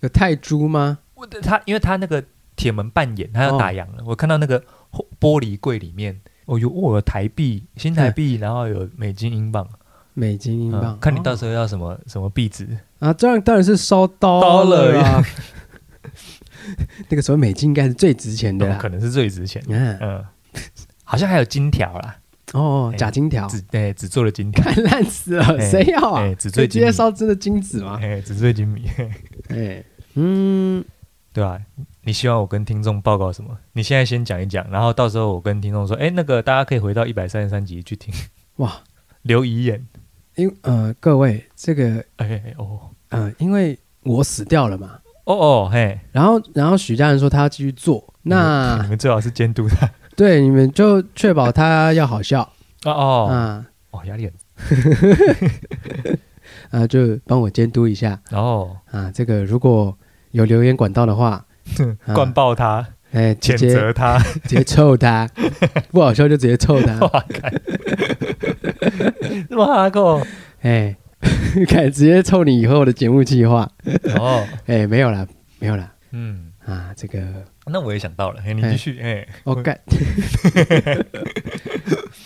有泰铢吗？我的他，因为他那个铁门半掩，他要打烊哦了，我看到那个 (laughs) 后玻璃柜里面。哦，有我有台币、新台币，然后有美金、英镑，美金、英嗯镑，看你到哦时候要什么什么币值。啊，这样当然是烧刀了啊。 (laughs) 那个时候美金应该是最值钱的那啦可。能是最值钱。嗯，嗯，好像还有金条啦，哦，哎假金条，纸哎纸做的金 (laughs) 条，看烂死了，哎谁要啊哎？纸可醉以直金迷接，烧真的金子吗？哎纸醉金迷，哎，嗯， (laughs) 对吧、你希望我跟听众报告什么？你现在先讲一讲，然后到时候我跟听众说，哎，那个大家可以回到一百三十三集去听，哇，留遗言。因呃，各位这个哎哎哦，呃，因为我死掉了嘛，哦哦嘿，然后，然后许家人说他要继续做，你们你那们最好是监督他。对你们就确保他要好笑哦啊哦啊、哦，压力很。啊就帮我监督一下哦，啊。这个如果有留言管道的 (laughs) 话，啊灌爆他，哎，直谴接责他。直接嗯臭 (laughs) 他，不好笑就直接臭他， (laughs) 哇看，哇靠！哎， (laughs) 敢直接臭你以后的节目计划，哦，哎，没有啦，没有啦嗯，啊，这个那我也想到了，嘿，你嘿继续，嘿，我干。 (laughs)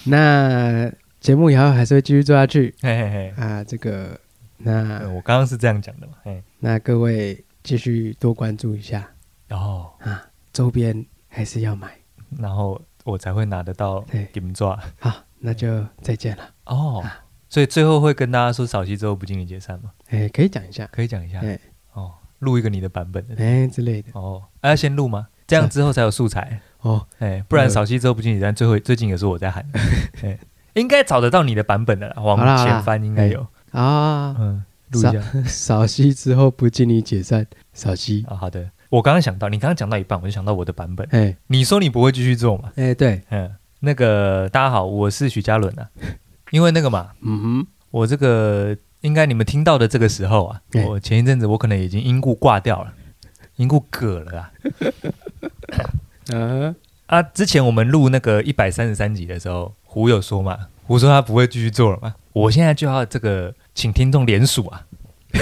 那节目以后还是会继续做下去嘿嘿嘿。啊，这个呃那我刚刚是这样讲的嘛，嘿，那各位继续多关注一下然后啊，周边还是要买。哦然后我才会拿得到对金抓。好，那就再见了。哦，啊所以最后会跟大家说扫息之后不敬礼解散嘛，哎，可以讲一下，可以讲一下对哦，录一个你的版本的哎之类的哦，啊要先录吗？这嗯样之后才有素材，哦。哎，不然呃扫息之后不敬礼解散，最后最近也是我在喊， (laughs) 哎，应该找得到你的版本的啦，往好啦好啦前翻应该有，啊，嗯，录一下扫息之后不尽力解散，扫息。啊，好的。我刚刚想到，你刚刚讲到一半，我就想到我的版本。哎你说你不会继续做嘛？哎，对，嗯，那个大家好，我是许嘉伦 (laughs) 啊，因为那个嘛，嗯哼，我这个应该你们听到的这个时候啊，哎我前一阵子我可能已经因故挂掉了，因故嗝了啊。 (laughs) 嗯啊，之前我们录那个一百三十三集的时候，胡有说嘛，胡说他不会继续做了嘛。我现在就要这个，请听众联署啊。 (laughs)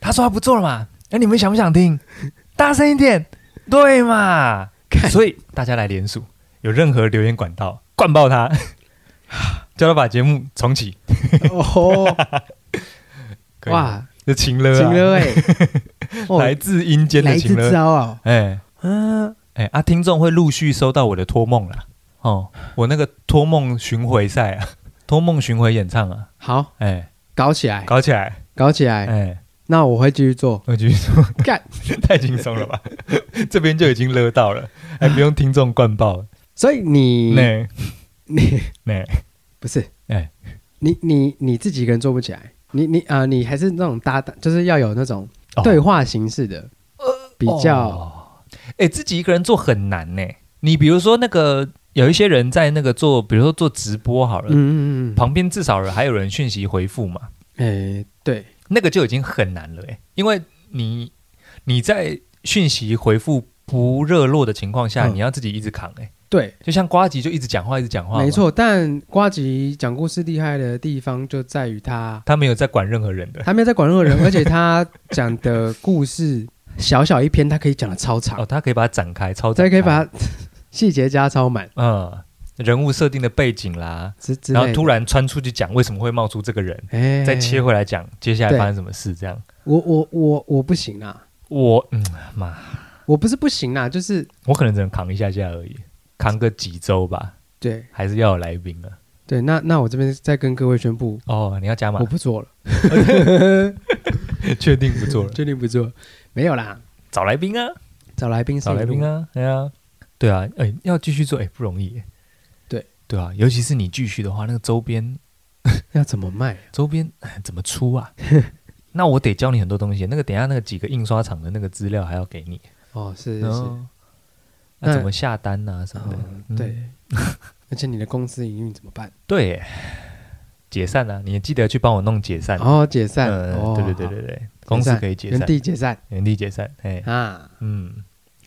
他说他不做了嘛，那、你们想不想听？大声一点，对嘛？所以大家来联署，有任何留言管道灌爆他，叫他把节目重启。哦，可以吗哇，这情了、啊，晴了哎， (laughs) 哦来自阴间的来情自了，招啊，哎嗯，哎啊，听众会陆续收到我的托梦啦。哦，我那个托梦巡回赛啊， (laughs) 托梦巡回演唱啊，好，哎，搞起来，搞起来，搞起来，哎，那我会继 (laughs) 续做，我继续说，干，太轻松了吧？ (laughs) 这边就已经勒到了，还不用听众灌爆，所以你那 (laughs) 你那不是，哎你你你自己一个人做不起来，你你啊，你还是那种搭档，就是要有那种哦对话形式的，比较呃哦哎，自己一个人做很难呢。你比如说那个有一些人在那个做，比如说做直播好了，嗯嗯嗯，旁边至少还有人讯息回复嘛。哎，对，那个就已经很难了、欸，因为你你在讯息回复不热络的情况下，嗯你要自己一直扛、欸，对，就像瓜吉就一直讲话，一直讲话，没，错。但瓜吉讲故事厉害的地方就在于他，他没有在管任何人的，他没有在管任何 (laughs) 人，而且他讲的故事小小一篇，他可以讲的超长哦，，他可以把它展开，超展开，再可以把它 (laughs) 细节加超满，嗯人物设定的背景啦，之之然后类突的。然穿出去讲为什么会冒出这个人，哎，再切回来讲接下来对发生什么事，这样我我我我不行啊，我嗯妈，我不是不行啊，就是我可能只能扛一下下而已，扛个几周吧，对还是要有来宾啊。对，那那我这边再跟各位宣布，哦，你要加码我，不做了，确 (laughs) 定不做了，决定不做，没有啦，找来宾啊。找来宾是找来宾一路，啊，对啊，对啊，哎、要继续做，哎、不容易耶，对对啊，尤其是你继续的话，那个周边要怎么卖？周边哎怎么出啊？ (laughs) 那我得教你很多东西，那个等一下那个几个印刷厂的那个资料还要给你，哦，是是然是，后那那哦怎么下单啊什么的？嗯对，而且你的公司营运怎么办？对耶，解散啊，你记得去帮我弄解散。哦，解散，嗯哦，对对对好，对对，公司可以解原散，地解散原地解散，哎，啊，嗯，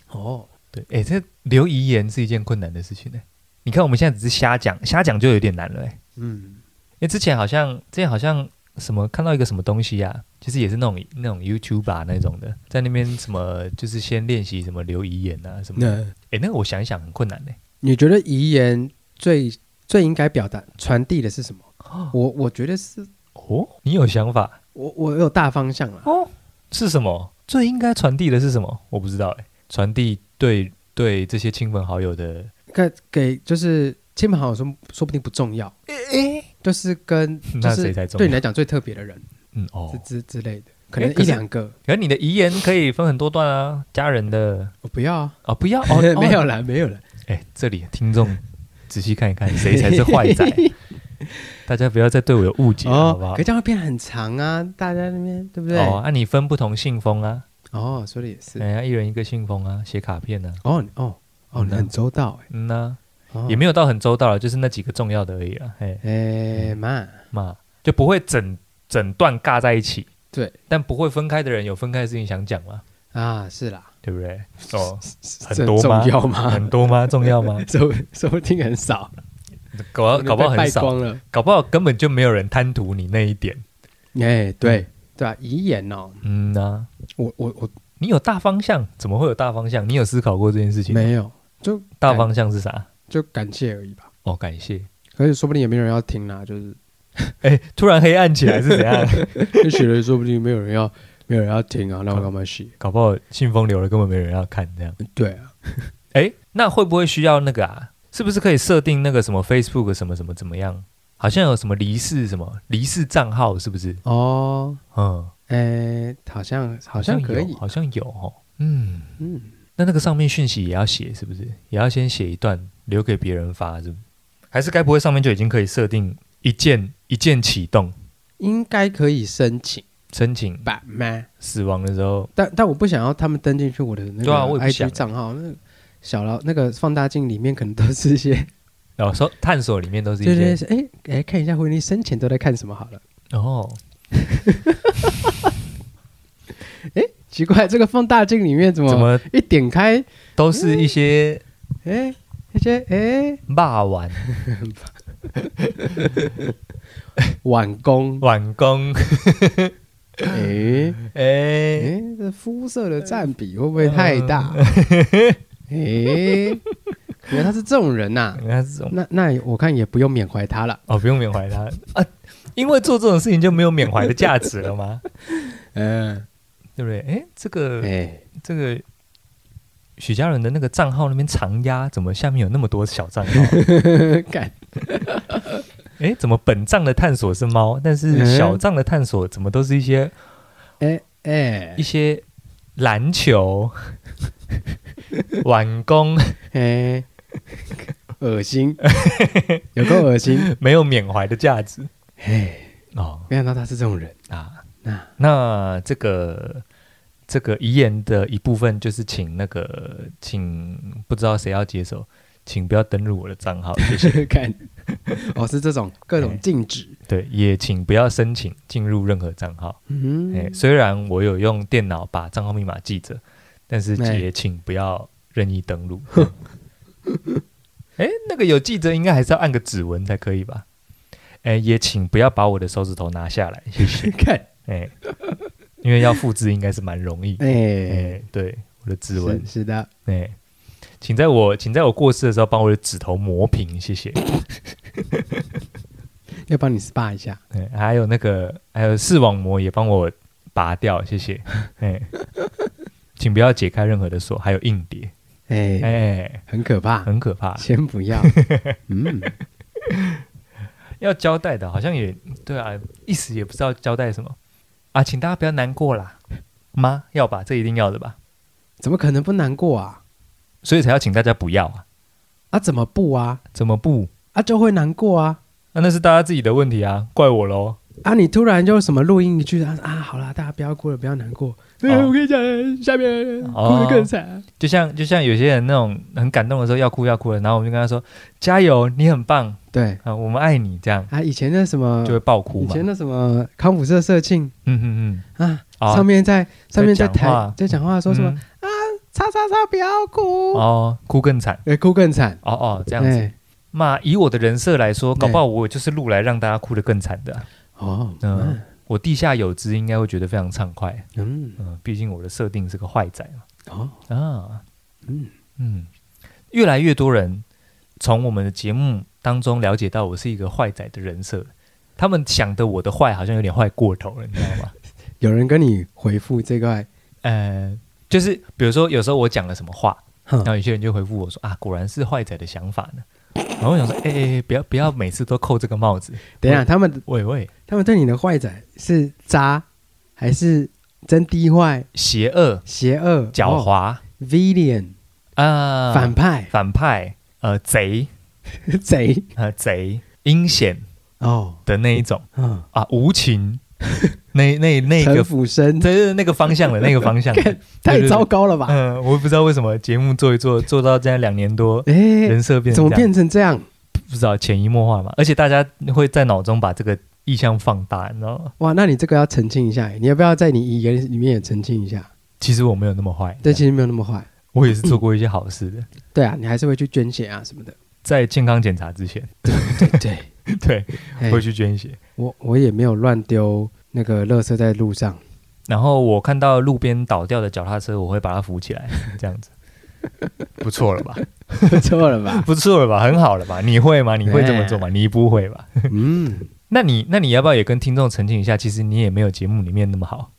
哦，对，哎，这留遗言是一件困难的事情呢。你看我们现在只是瞎讲，瞎讲就有点难了，哎，嗯，因为之前好像之前好像什么看到一个什么东西啊，就是也是那种那种 YouTube 啊那种的，在那边什么就是先练习什么留遗言啊什么的。那哎、那个我想一想很困难呢、你觉得遗言最最应该表达传递的是什么？我我觉得是哦，你有想法我我有大方向了，哦？是什么？最应该传递的是什么？我不知道哎、传递对对这些亲朋好友的，给给就是亲朋好友说说不定不重要，就是 (laughs) 跟就那谁是才重要对你来讲最特别的人嗯哦之。之之类的，可能可一是两个，可是你的遗言可以分很多段啊，家人的我不要啊，哦，不 (laughs)，要哦没有哦啦，没有啦， (laughs) 哎、这里听众仔细看一看，谁才是坏仔？大家不要再对我有误解，好不哦好，可？这样会变很长啊，大家那边对不对？哦，那、你分不同信封啊，哎哦，说的也是。人家一人一个信封啊，写卡片啊，哦哦哦，嗯你很周到哎嗯呐、哦，也没有到很周到了，就是那几个重要的而已啊，嘿哎妈，嘛，就不会整整段尬在一起，对但不会分开的人有分开的事情想讲嘛，啊，是啦，对不对？ (laughs) 哦，这很多吗重要吗？ (laughs) 很多吗？重要吗？收收听很少，搞哦可能搞不好很被败少，光了。搞不好根本就没有人贪图你那一点，哎，对对啊，遗言哦，嗯呐、我我我你有大方向，怎么会有大方向？你有思考过这件事情吗？没有，就大方向是啥？就感谢而已吧。哦，感谢。可是说不定也没有人要听啦，就是哎，突然黑暗起来是怎样？ (laughs) 就写了，说不定没有人要，没有人要听啊，那我干嘛写？搞不好信封留了，根本没人要看这样。对啊，哎，那会不会需要那个啊？是不是可以设定那个什么 Facebook 什么什么怎么样？好像有什么离世什么离世账号，是不是？哦，嗯，哎，好像好像可以啊有，好像有哦。嗯，嗯，那那个上面讯息也要写，是不是？也要先写一段留给别人发，是不是？还是该不会上面就已经可以设定一键一键启动应该可以申请申请吧？妈，死亡的时候？但但我不想要他们登进去我的那个对啊我也不想 IG 账号，那个小老那个放大镜里面可能都是 (laughs) 一些，然后说探索里面都是一对对些对，哎哎，诶看一下婚姻生前都在看什么好了。哦，奇怪，这个放大镜里面怎么怎么一点开，都是一些哎，那些哎霸王晚工，晚工，哎哎，哎，这肤色的占比会不会太大？嗯 (laughs) 哎，原来他是这种人呐、你看这种那那我看也不用缅怀他了。哦，不用缅怀他啊，因为做这种事情就没有缅怀的价值了吗？嗯，对不对？哎，这个哎， (laughs) 这个许家人的那个账号那边长压，怎么下面有那么多小账号？干，哎，怎么本账的探索是猫，但是嗯小账的探索怎么都是一些哎哎一些篮球、晚工，哎，恶心，有够恶心。没有缅怀的价值哎，哦没想到他是这种人。啊。那那这个这个遗言的一部分就是请那个请不知道谁要接手，请不要登录我的账号，谢 (laughs) 谢。看，哦，是这种各种禁止。对，也请不要申请进入任何账号。哎、嗯，虽然我有用电脑把账号密码记着，但是哎也请不要任意登录。 (laughs) 哎、那个有记着，应该还是要按个指纹才可以吧？哎、也请不要把我的手指头拿下来，谢谢。看， (laughs) 哎、因为要复制应该是蛮容易。哎、哎，对，我的指纹是，是的，哎、请在我请在我过世的时候帮我的指头磨平，谢谢。要帮你 SPA 一下。哎、还有那个还有视网膜也帮我拔掉，谢谢。哎、请不要解开任何的锁，还有硬碟，哎、哎，很可怕，很可怕，先不 (laughs) 要。嗯，要交代的，好像也对啊，一时也不知道交代什么啊，请大家不要难过啦，妈要吧，这一定要的吧，怎么可能不难过啊？所以才要请大家不要啊，啊，怎么不啊？怎么不？啊，就会难过啊。那、那是大家自己的问题啊，怪我喽。啊，你突然就什么录音一句啊啊，好啦，大家不要哭了，不要难过。哎我跟你讲，下面哭哦得更惨。就像就像有些人那种很感动的时候要哭要哭了，然后我们就跟他说加油，你很棒对啊，我们爱你，这样啊，以前那什么就，会爆哭以嘛。前那什么康复社社庆嗯嗯啊，哦上面在上面在在讲话台在讲话，嗯，说什么嗯叉叉叉不要哭，哦，哭更惨哎，哭更惨。哦哦，这样子。哎，嘛，以我的人设来说，对搞不好我就是录来让大家哭得更惨的啊、哦，嗯，我地下有知应该会觉得非常畅快。嗯，嗯，毕竟我的设定是个坏仔嘛。哦，啊，嗯嗯，越来越多人从我们的节目当中了解到我是一个坏仔的人设，他们想的我的坏好像有点坏过头了，你知道 (laughs) 吗？有人跟你回复这块，呃，就是比如说有时候我讲了什么话，哼然后有些人就回复我说啊，果然是坏仔的想法呢。然后我想说，哎、哎哎不要不要每次都扣这个帽子，等一下他们喂喂，他们对你的坏仔是渣还是真低坏、邪恶、邪恶、狡哦猾，villain 啊，反派 (laughs) 呃反派，呃，贼，贼呃，贼，阴险，哦，的那一种嗯，啊，无 (laughs) 情，那那那陈个，腐生对对，那个方向的那个方向 (laughs) (laughs) 的，太糟糕了吧？嗯，我也不知道为什么节目做一做做到这样两年多，哎，人设变怎成么这样，变成这样？不知道潜移默化嘛，而且大家会在脑中把这个意向放大，你知道吗？哇，那你这个要澄清一下，你要不要在你言里面也澄清一下？其实我没有那么坏，对，其实没有那么坏。我也是做过一些好事的，对啊，你还是会去捐血啊什么的。在健康检查之前，对 (laughs) 对，嗯对，嘿会去捐血。哎我我也没有乱丢那个垃圾在路上。然后我看到路边倒掉的脚踏车，我会把它扶 (laughs) 起来，这样子，不错了吧？错了吧？不 (laughs) 错了吧？很好了吧？你会吗？你会这么做吗？你不会吧？嗯，那你那你要不要也跟听众澄清一下？其实你也没有节目里面那么 (laughs) 好。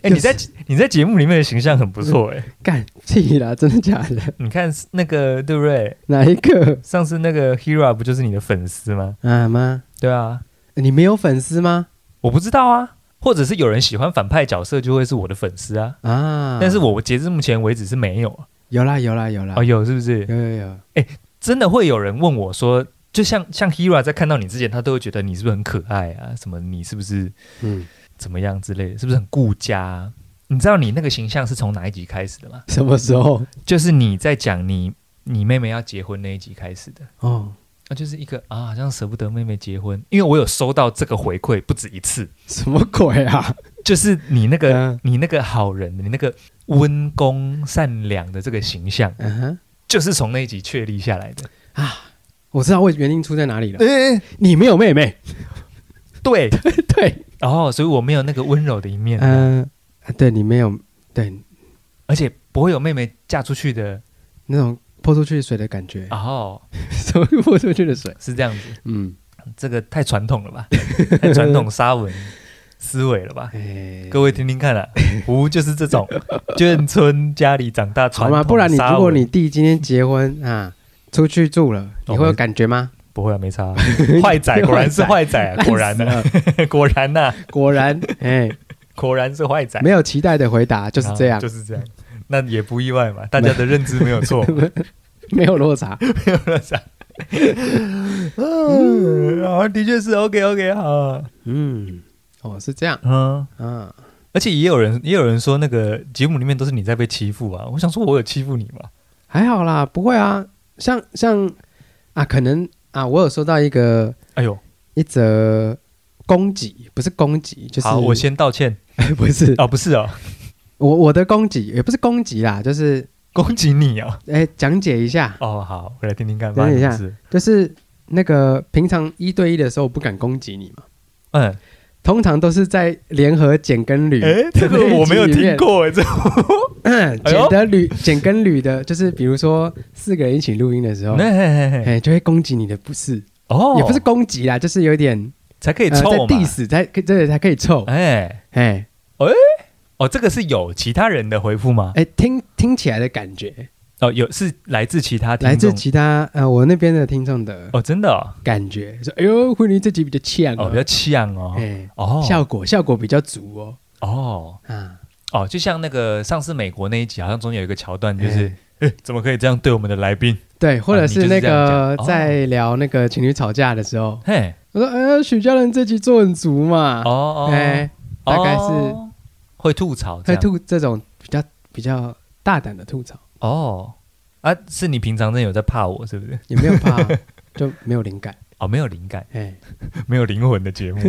哎、你在你在节目里面的形象很不错哎、干屁啦，真的假的？你看那个对不对？哪一个上次那个 Hera 不就是你的粉丝吗？啊妈？对啊，你没有粉丝吗？我不知道啊，或者是有人喜欢反派角色就会是我的粉丝啊，啊，但是我截至目前为止是没有啊。有啦有啦有啦哦，，有是不是？有有有，真的会有人问我说，就像像 Hera 在看到你之前，他都会觉得你是不是很可爱啊？什么你是不是嗯，怎么样之类的，是不是很顾家啊、你知道你那个形象是从哪一集开始的吗？什么时候？就是你在讲你你妹妹要结婚那一集开始的。哦，那就是一个啊，好像舍不得妹妹结婚，因为我有收到这个回馈不止一次，什么鬼啊？就是你那个、嗯你那个好人，你那个温公善良的这个形象，嗯哼就是从那一集确立下来的。啊，我知道为原因出在哪里了。嗯，你没有妹妹，对， (laughs) 对，哦，所以我没有那个温柔的一面，嗯，对你没有，对而且不会有妹妹嫁出去的。那种泼出去的水的感觉，哦，什么啊 (laughs) 泼出去的水？是这样子，嗯，这个太传统了吧， (laughs) 太传统沙 (laughs) 文思维了吧。哎，各位听听看啊，无就是这 (laughs) 种眷村家里长大好传吗？统不然你沙如果文你弟今天结婚啊，出去住了，你会有感觉吗？不会啊，没差啊、坏 (laughs) 仔果然是坏仔啊，果然呢、烂死了 (laughs) 果然呐、果 (laughs) 然，哎，果然是坏仔，没有期待的回答就是这啊样就，是这样，那也不意外嘛，大家的认知没有错嘛，没有落差。没有了啥。 (laughs) 嗯，好，的确是 OK OK 好，嗯，哦，是这样，嗯，嗯，而且也有人也有人说那个节目里面都是你在被欺负啊，我想说我有欺负你吗？还好啦，不会啊，像像啊，可能啊，我有收到一个哎呦，一则攻击，不是攻击，就是好，我先道歉 (laughs) 不是啊、哦，不是哦，我我的攻击也不是攻击啦，就是攻击你哦，哎讲解一下，哦好，我来听听看，等一下发生什么事就是那个平常一对一的时候不敢攻击你嘛，嗯，通常都是在联合简跟铝，哎，这个我没有听，过哎，这哎呦简的嗯铝简跟铝的，就是比如说四个人一起录音的时候，那嘿嘿嘿哎就会攻击你的不是，哦，也不是攻击啦，就是有点才可以呃抽在嘛。 diss 才对才可以凑，哎，哎哦，这个是有其他人的回复吗？哎听听起来的感觉，哦，有是来自其他听众来自其他呃我那边的听众的哦，真的哦，感觉，说哎呦惠妮这集比较呛哦哦比较呛哦，哎，哦效果效果比较足哦。哦啊，哦，就像那个上次美国那一集，好像中间有一个桥段，就是哎哎怎么可以这样对我们的来宾？对，或者是你就是那这样个讲哦在聊那个情侣吵架的时候，嘿，我说：“呃，许家人这集做很足嘛。”哦哦，哎，哦大概是会吐槽这会样，吐这种比较比较大胆的吐槽，哦啊，是你平常真的有在怕我是不是？也没有怕，就没有灵感。 (laughs) 哦，没有灵感，哎， (laughs) 没有灵魂的节 (laughs) 目，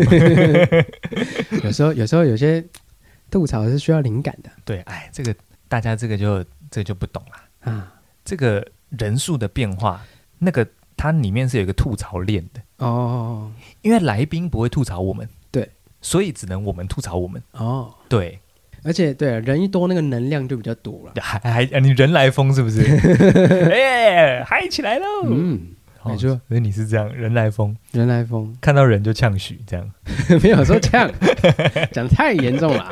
有时候有时候有些吐槽是需要灵感的对，哎，这个大家这个就这个就不懂啦。啊。这个人数的变化，那个它里面是有一个吐槽链的，哦因为来宾不会吐槽我们，对，所以只能我们吐槽我们，哦，对，而且对啊人一多，那个能量就比较多了。还还啊你人来疯是 (laughs) 不是？哎、嗨起来喽！嗯，哦没错，所以你是这样人来疯，人来 (laughs) 疯，看到人就呛许这样，没有说这 (laughs) 样讲太严重了啊。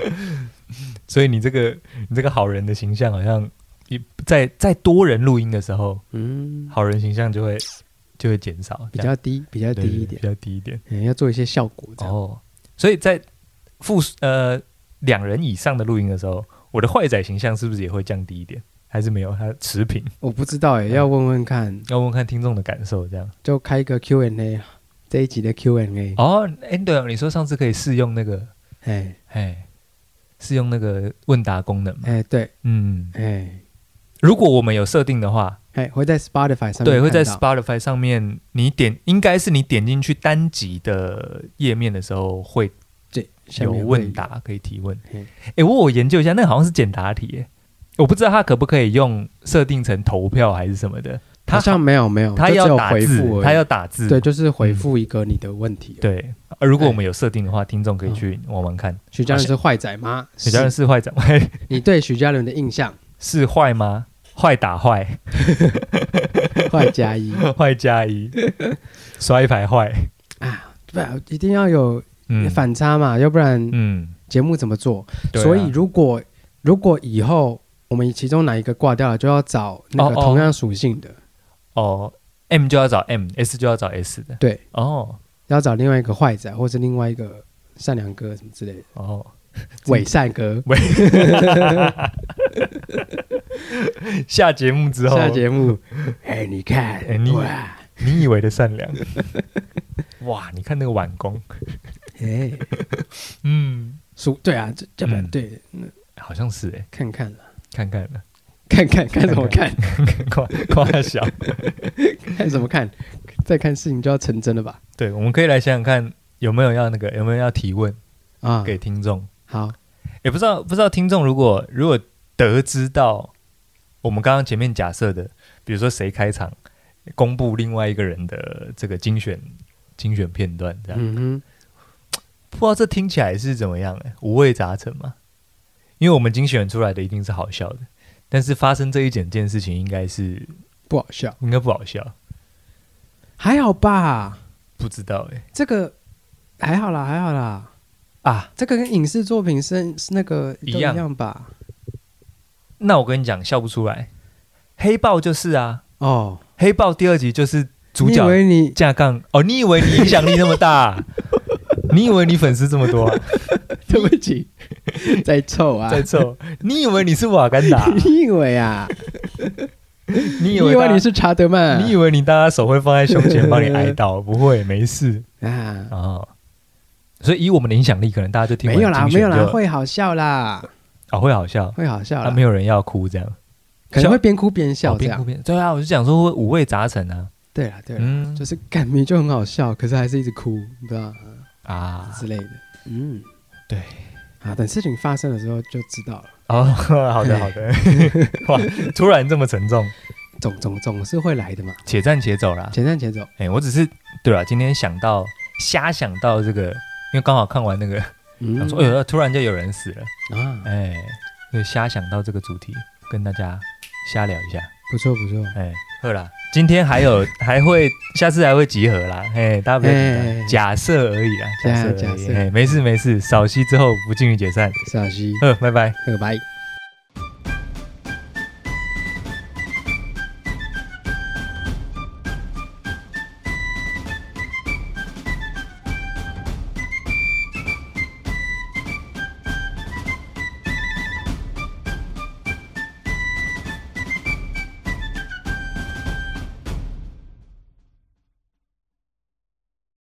所以你这个你这个好人的形象好像一在在多人录音的时候，嗯，好人形象就会就会减少，比这样较低，比较低对对一对点比，较低一点。嗯要做一些效果这样。哦，所以在复数呃两人以上的录音的时候，我的坏仔形象是不是也会降低一点？还是没有，它持平。我不知道哎、嗯要问问看，要问看听众的感受，这样。就开一个 Q&A 啊这一集的 Q&A，哦，哎，对哦，你说上次可以试用那个，哎哎，试用那个问答功能嘛？哎对，嗯，哎如果我们有设定的话，哎会在 Spotify 上面对，会在看到 Spotify 上面，你点应该是你点进去单集的页面的时候会对下有面会问答可以提问嗯。哎，我我研究一下，那个好像是简答题耶，我不知道它可不可以用设定成投票还是什么的。它好像没有没有，它就只要有打回复字，而已它要打字，对，就是回复一个你的问题。，对。呃如果我们有设定的话，听众可以去玩玩看。许家伦是坏仔吗？啊许家人嗯是，是坏长，你对许家伦的印象 (laughs) 是坏吗？坏打坏，坏加一坏加 (laughs) 一，刷一排坏。啊，对啊，一定要有嗯，反差嘛，要不然嗯，节目怎么做？对啊所以如果如果以后我们其中哪一个挂掉了，就要找那个哦哦同样属性的，哦，M 就要找 M，S 就要找 S 的。对，哦要找另外一个坏仔，或是另外一个善良哥什么之类 (laughs) 的， (laughs) 哦，伪善哥。 (laughs) 下节目之后，下节目， (laughs) 哎，你看哎，你哇，你以为的善良，哇，你看那个碗工，哎，嗯，属对啊，这要不然嗯对，嗯好像是哎，看看了，看看了， (laughs) 看看看什么看？夸夸小。 (laughs) 看什么看？再看事情就要成真了吧？对，我们可以来想想看，有没有要那个，有没有要提问啊，给听众？好，也不知道不知道听众如果如果得知到我们刚刚前面假设的，比如说谁开场公布另外一个人的这个精选精选片段，这样、嗯不知道这听起来是怎么样、欸？五味杂陈嘛？因为我们精选出来的一定是好笑的，但是发生这一整件事情应该是哼，不好笑，应该不好笑，还好吧？不知道哎、这个还好啦，还好啦，啊！这个跟影视作品是是那个都一一样样吧？那我跟你讲，笑不出来，黑豹就是啊，哦，黑豹第二集就是主你以角为 (laughs) 你架杠哦，你以为你影响力那么大、 (laughs) 你以为你粉丝这么多、啊？对不起， (laughs) 在臭 (laughs) 啊在？凑，你以为你是瓦 (laughs) 干达？你以为啊？ (laughs) 你你以以为为你是查德 (laughs) 曼？你以为你大家手会放在胸前帮你哀嗯悼？不会，没事啊？啊、哦所以以我们的影响力，可能大家就听完没有啦，精没选有啦，就会好笑啦，啊、会好笑，会好笑啊啦，没有人要哭这样，可能笑会边哭边笑哦这边哭样。边对啊，我就讲说会五味杂陈啊，对啦，对啦，嗯，就是感明就很好笑，可是还是一直哭，你知道吗？啊，之类的。嗯，对啊，等事情发生的时候就知道了，哦， (laughs) 好的好的， (laughs) 哇，突然这么沉重，总总总是会来的嘛。且战且走啦，前站前走，哎、我只是对了，今天想到瞎想到这个，因为刚好看完那个，嗯想说，哎呦，突然就有人死了，啊，哎、就瞎想到这个主题，跟大家瞎聊一下，不错不错，哎、好啦，今天还有还会，下次还会集合啦，哎、大家不要紧张，哎假设而已啦，对假啊设而假已，设哎、没事没事，扫息之后不进行解散，是小西，呵，拜拜。拜拜。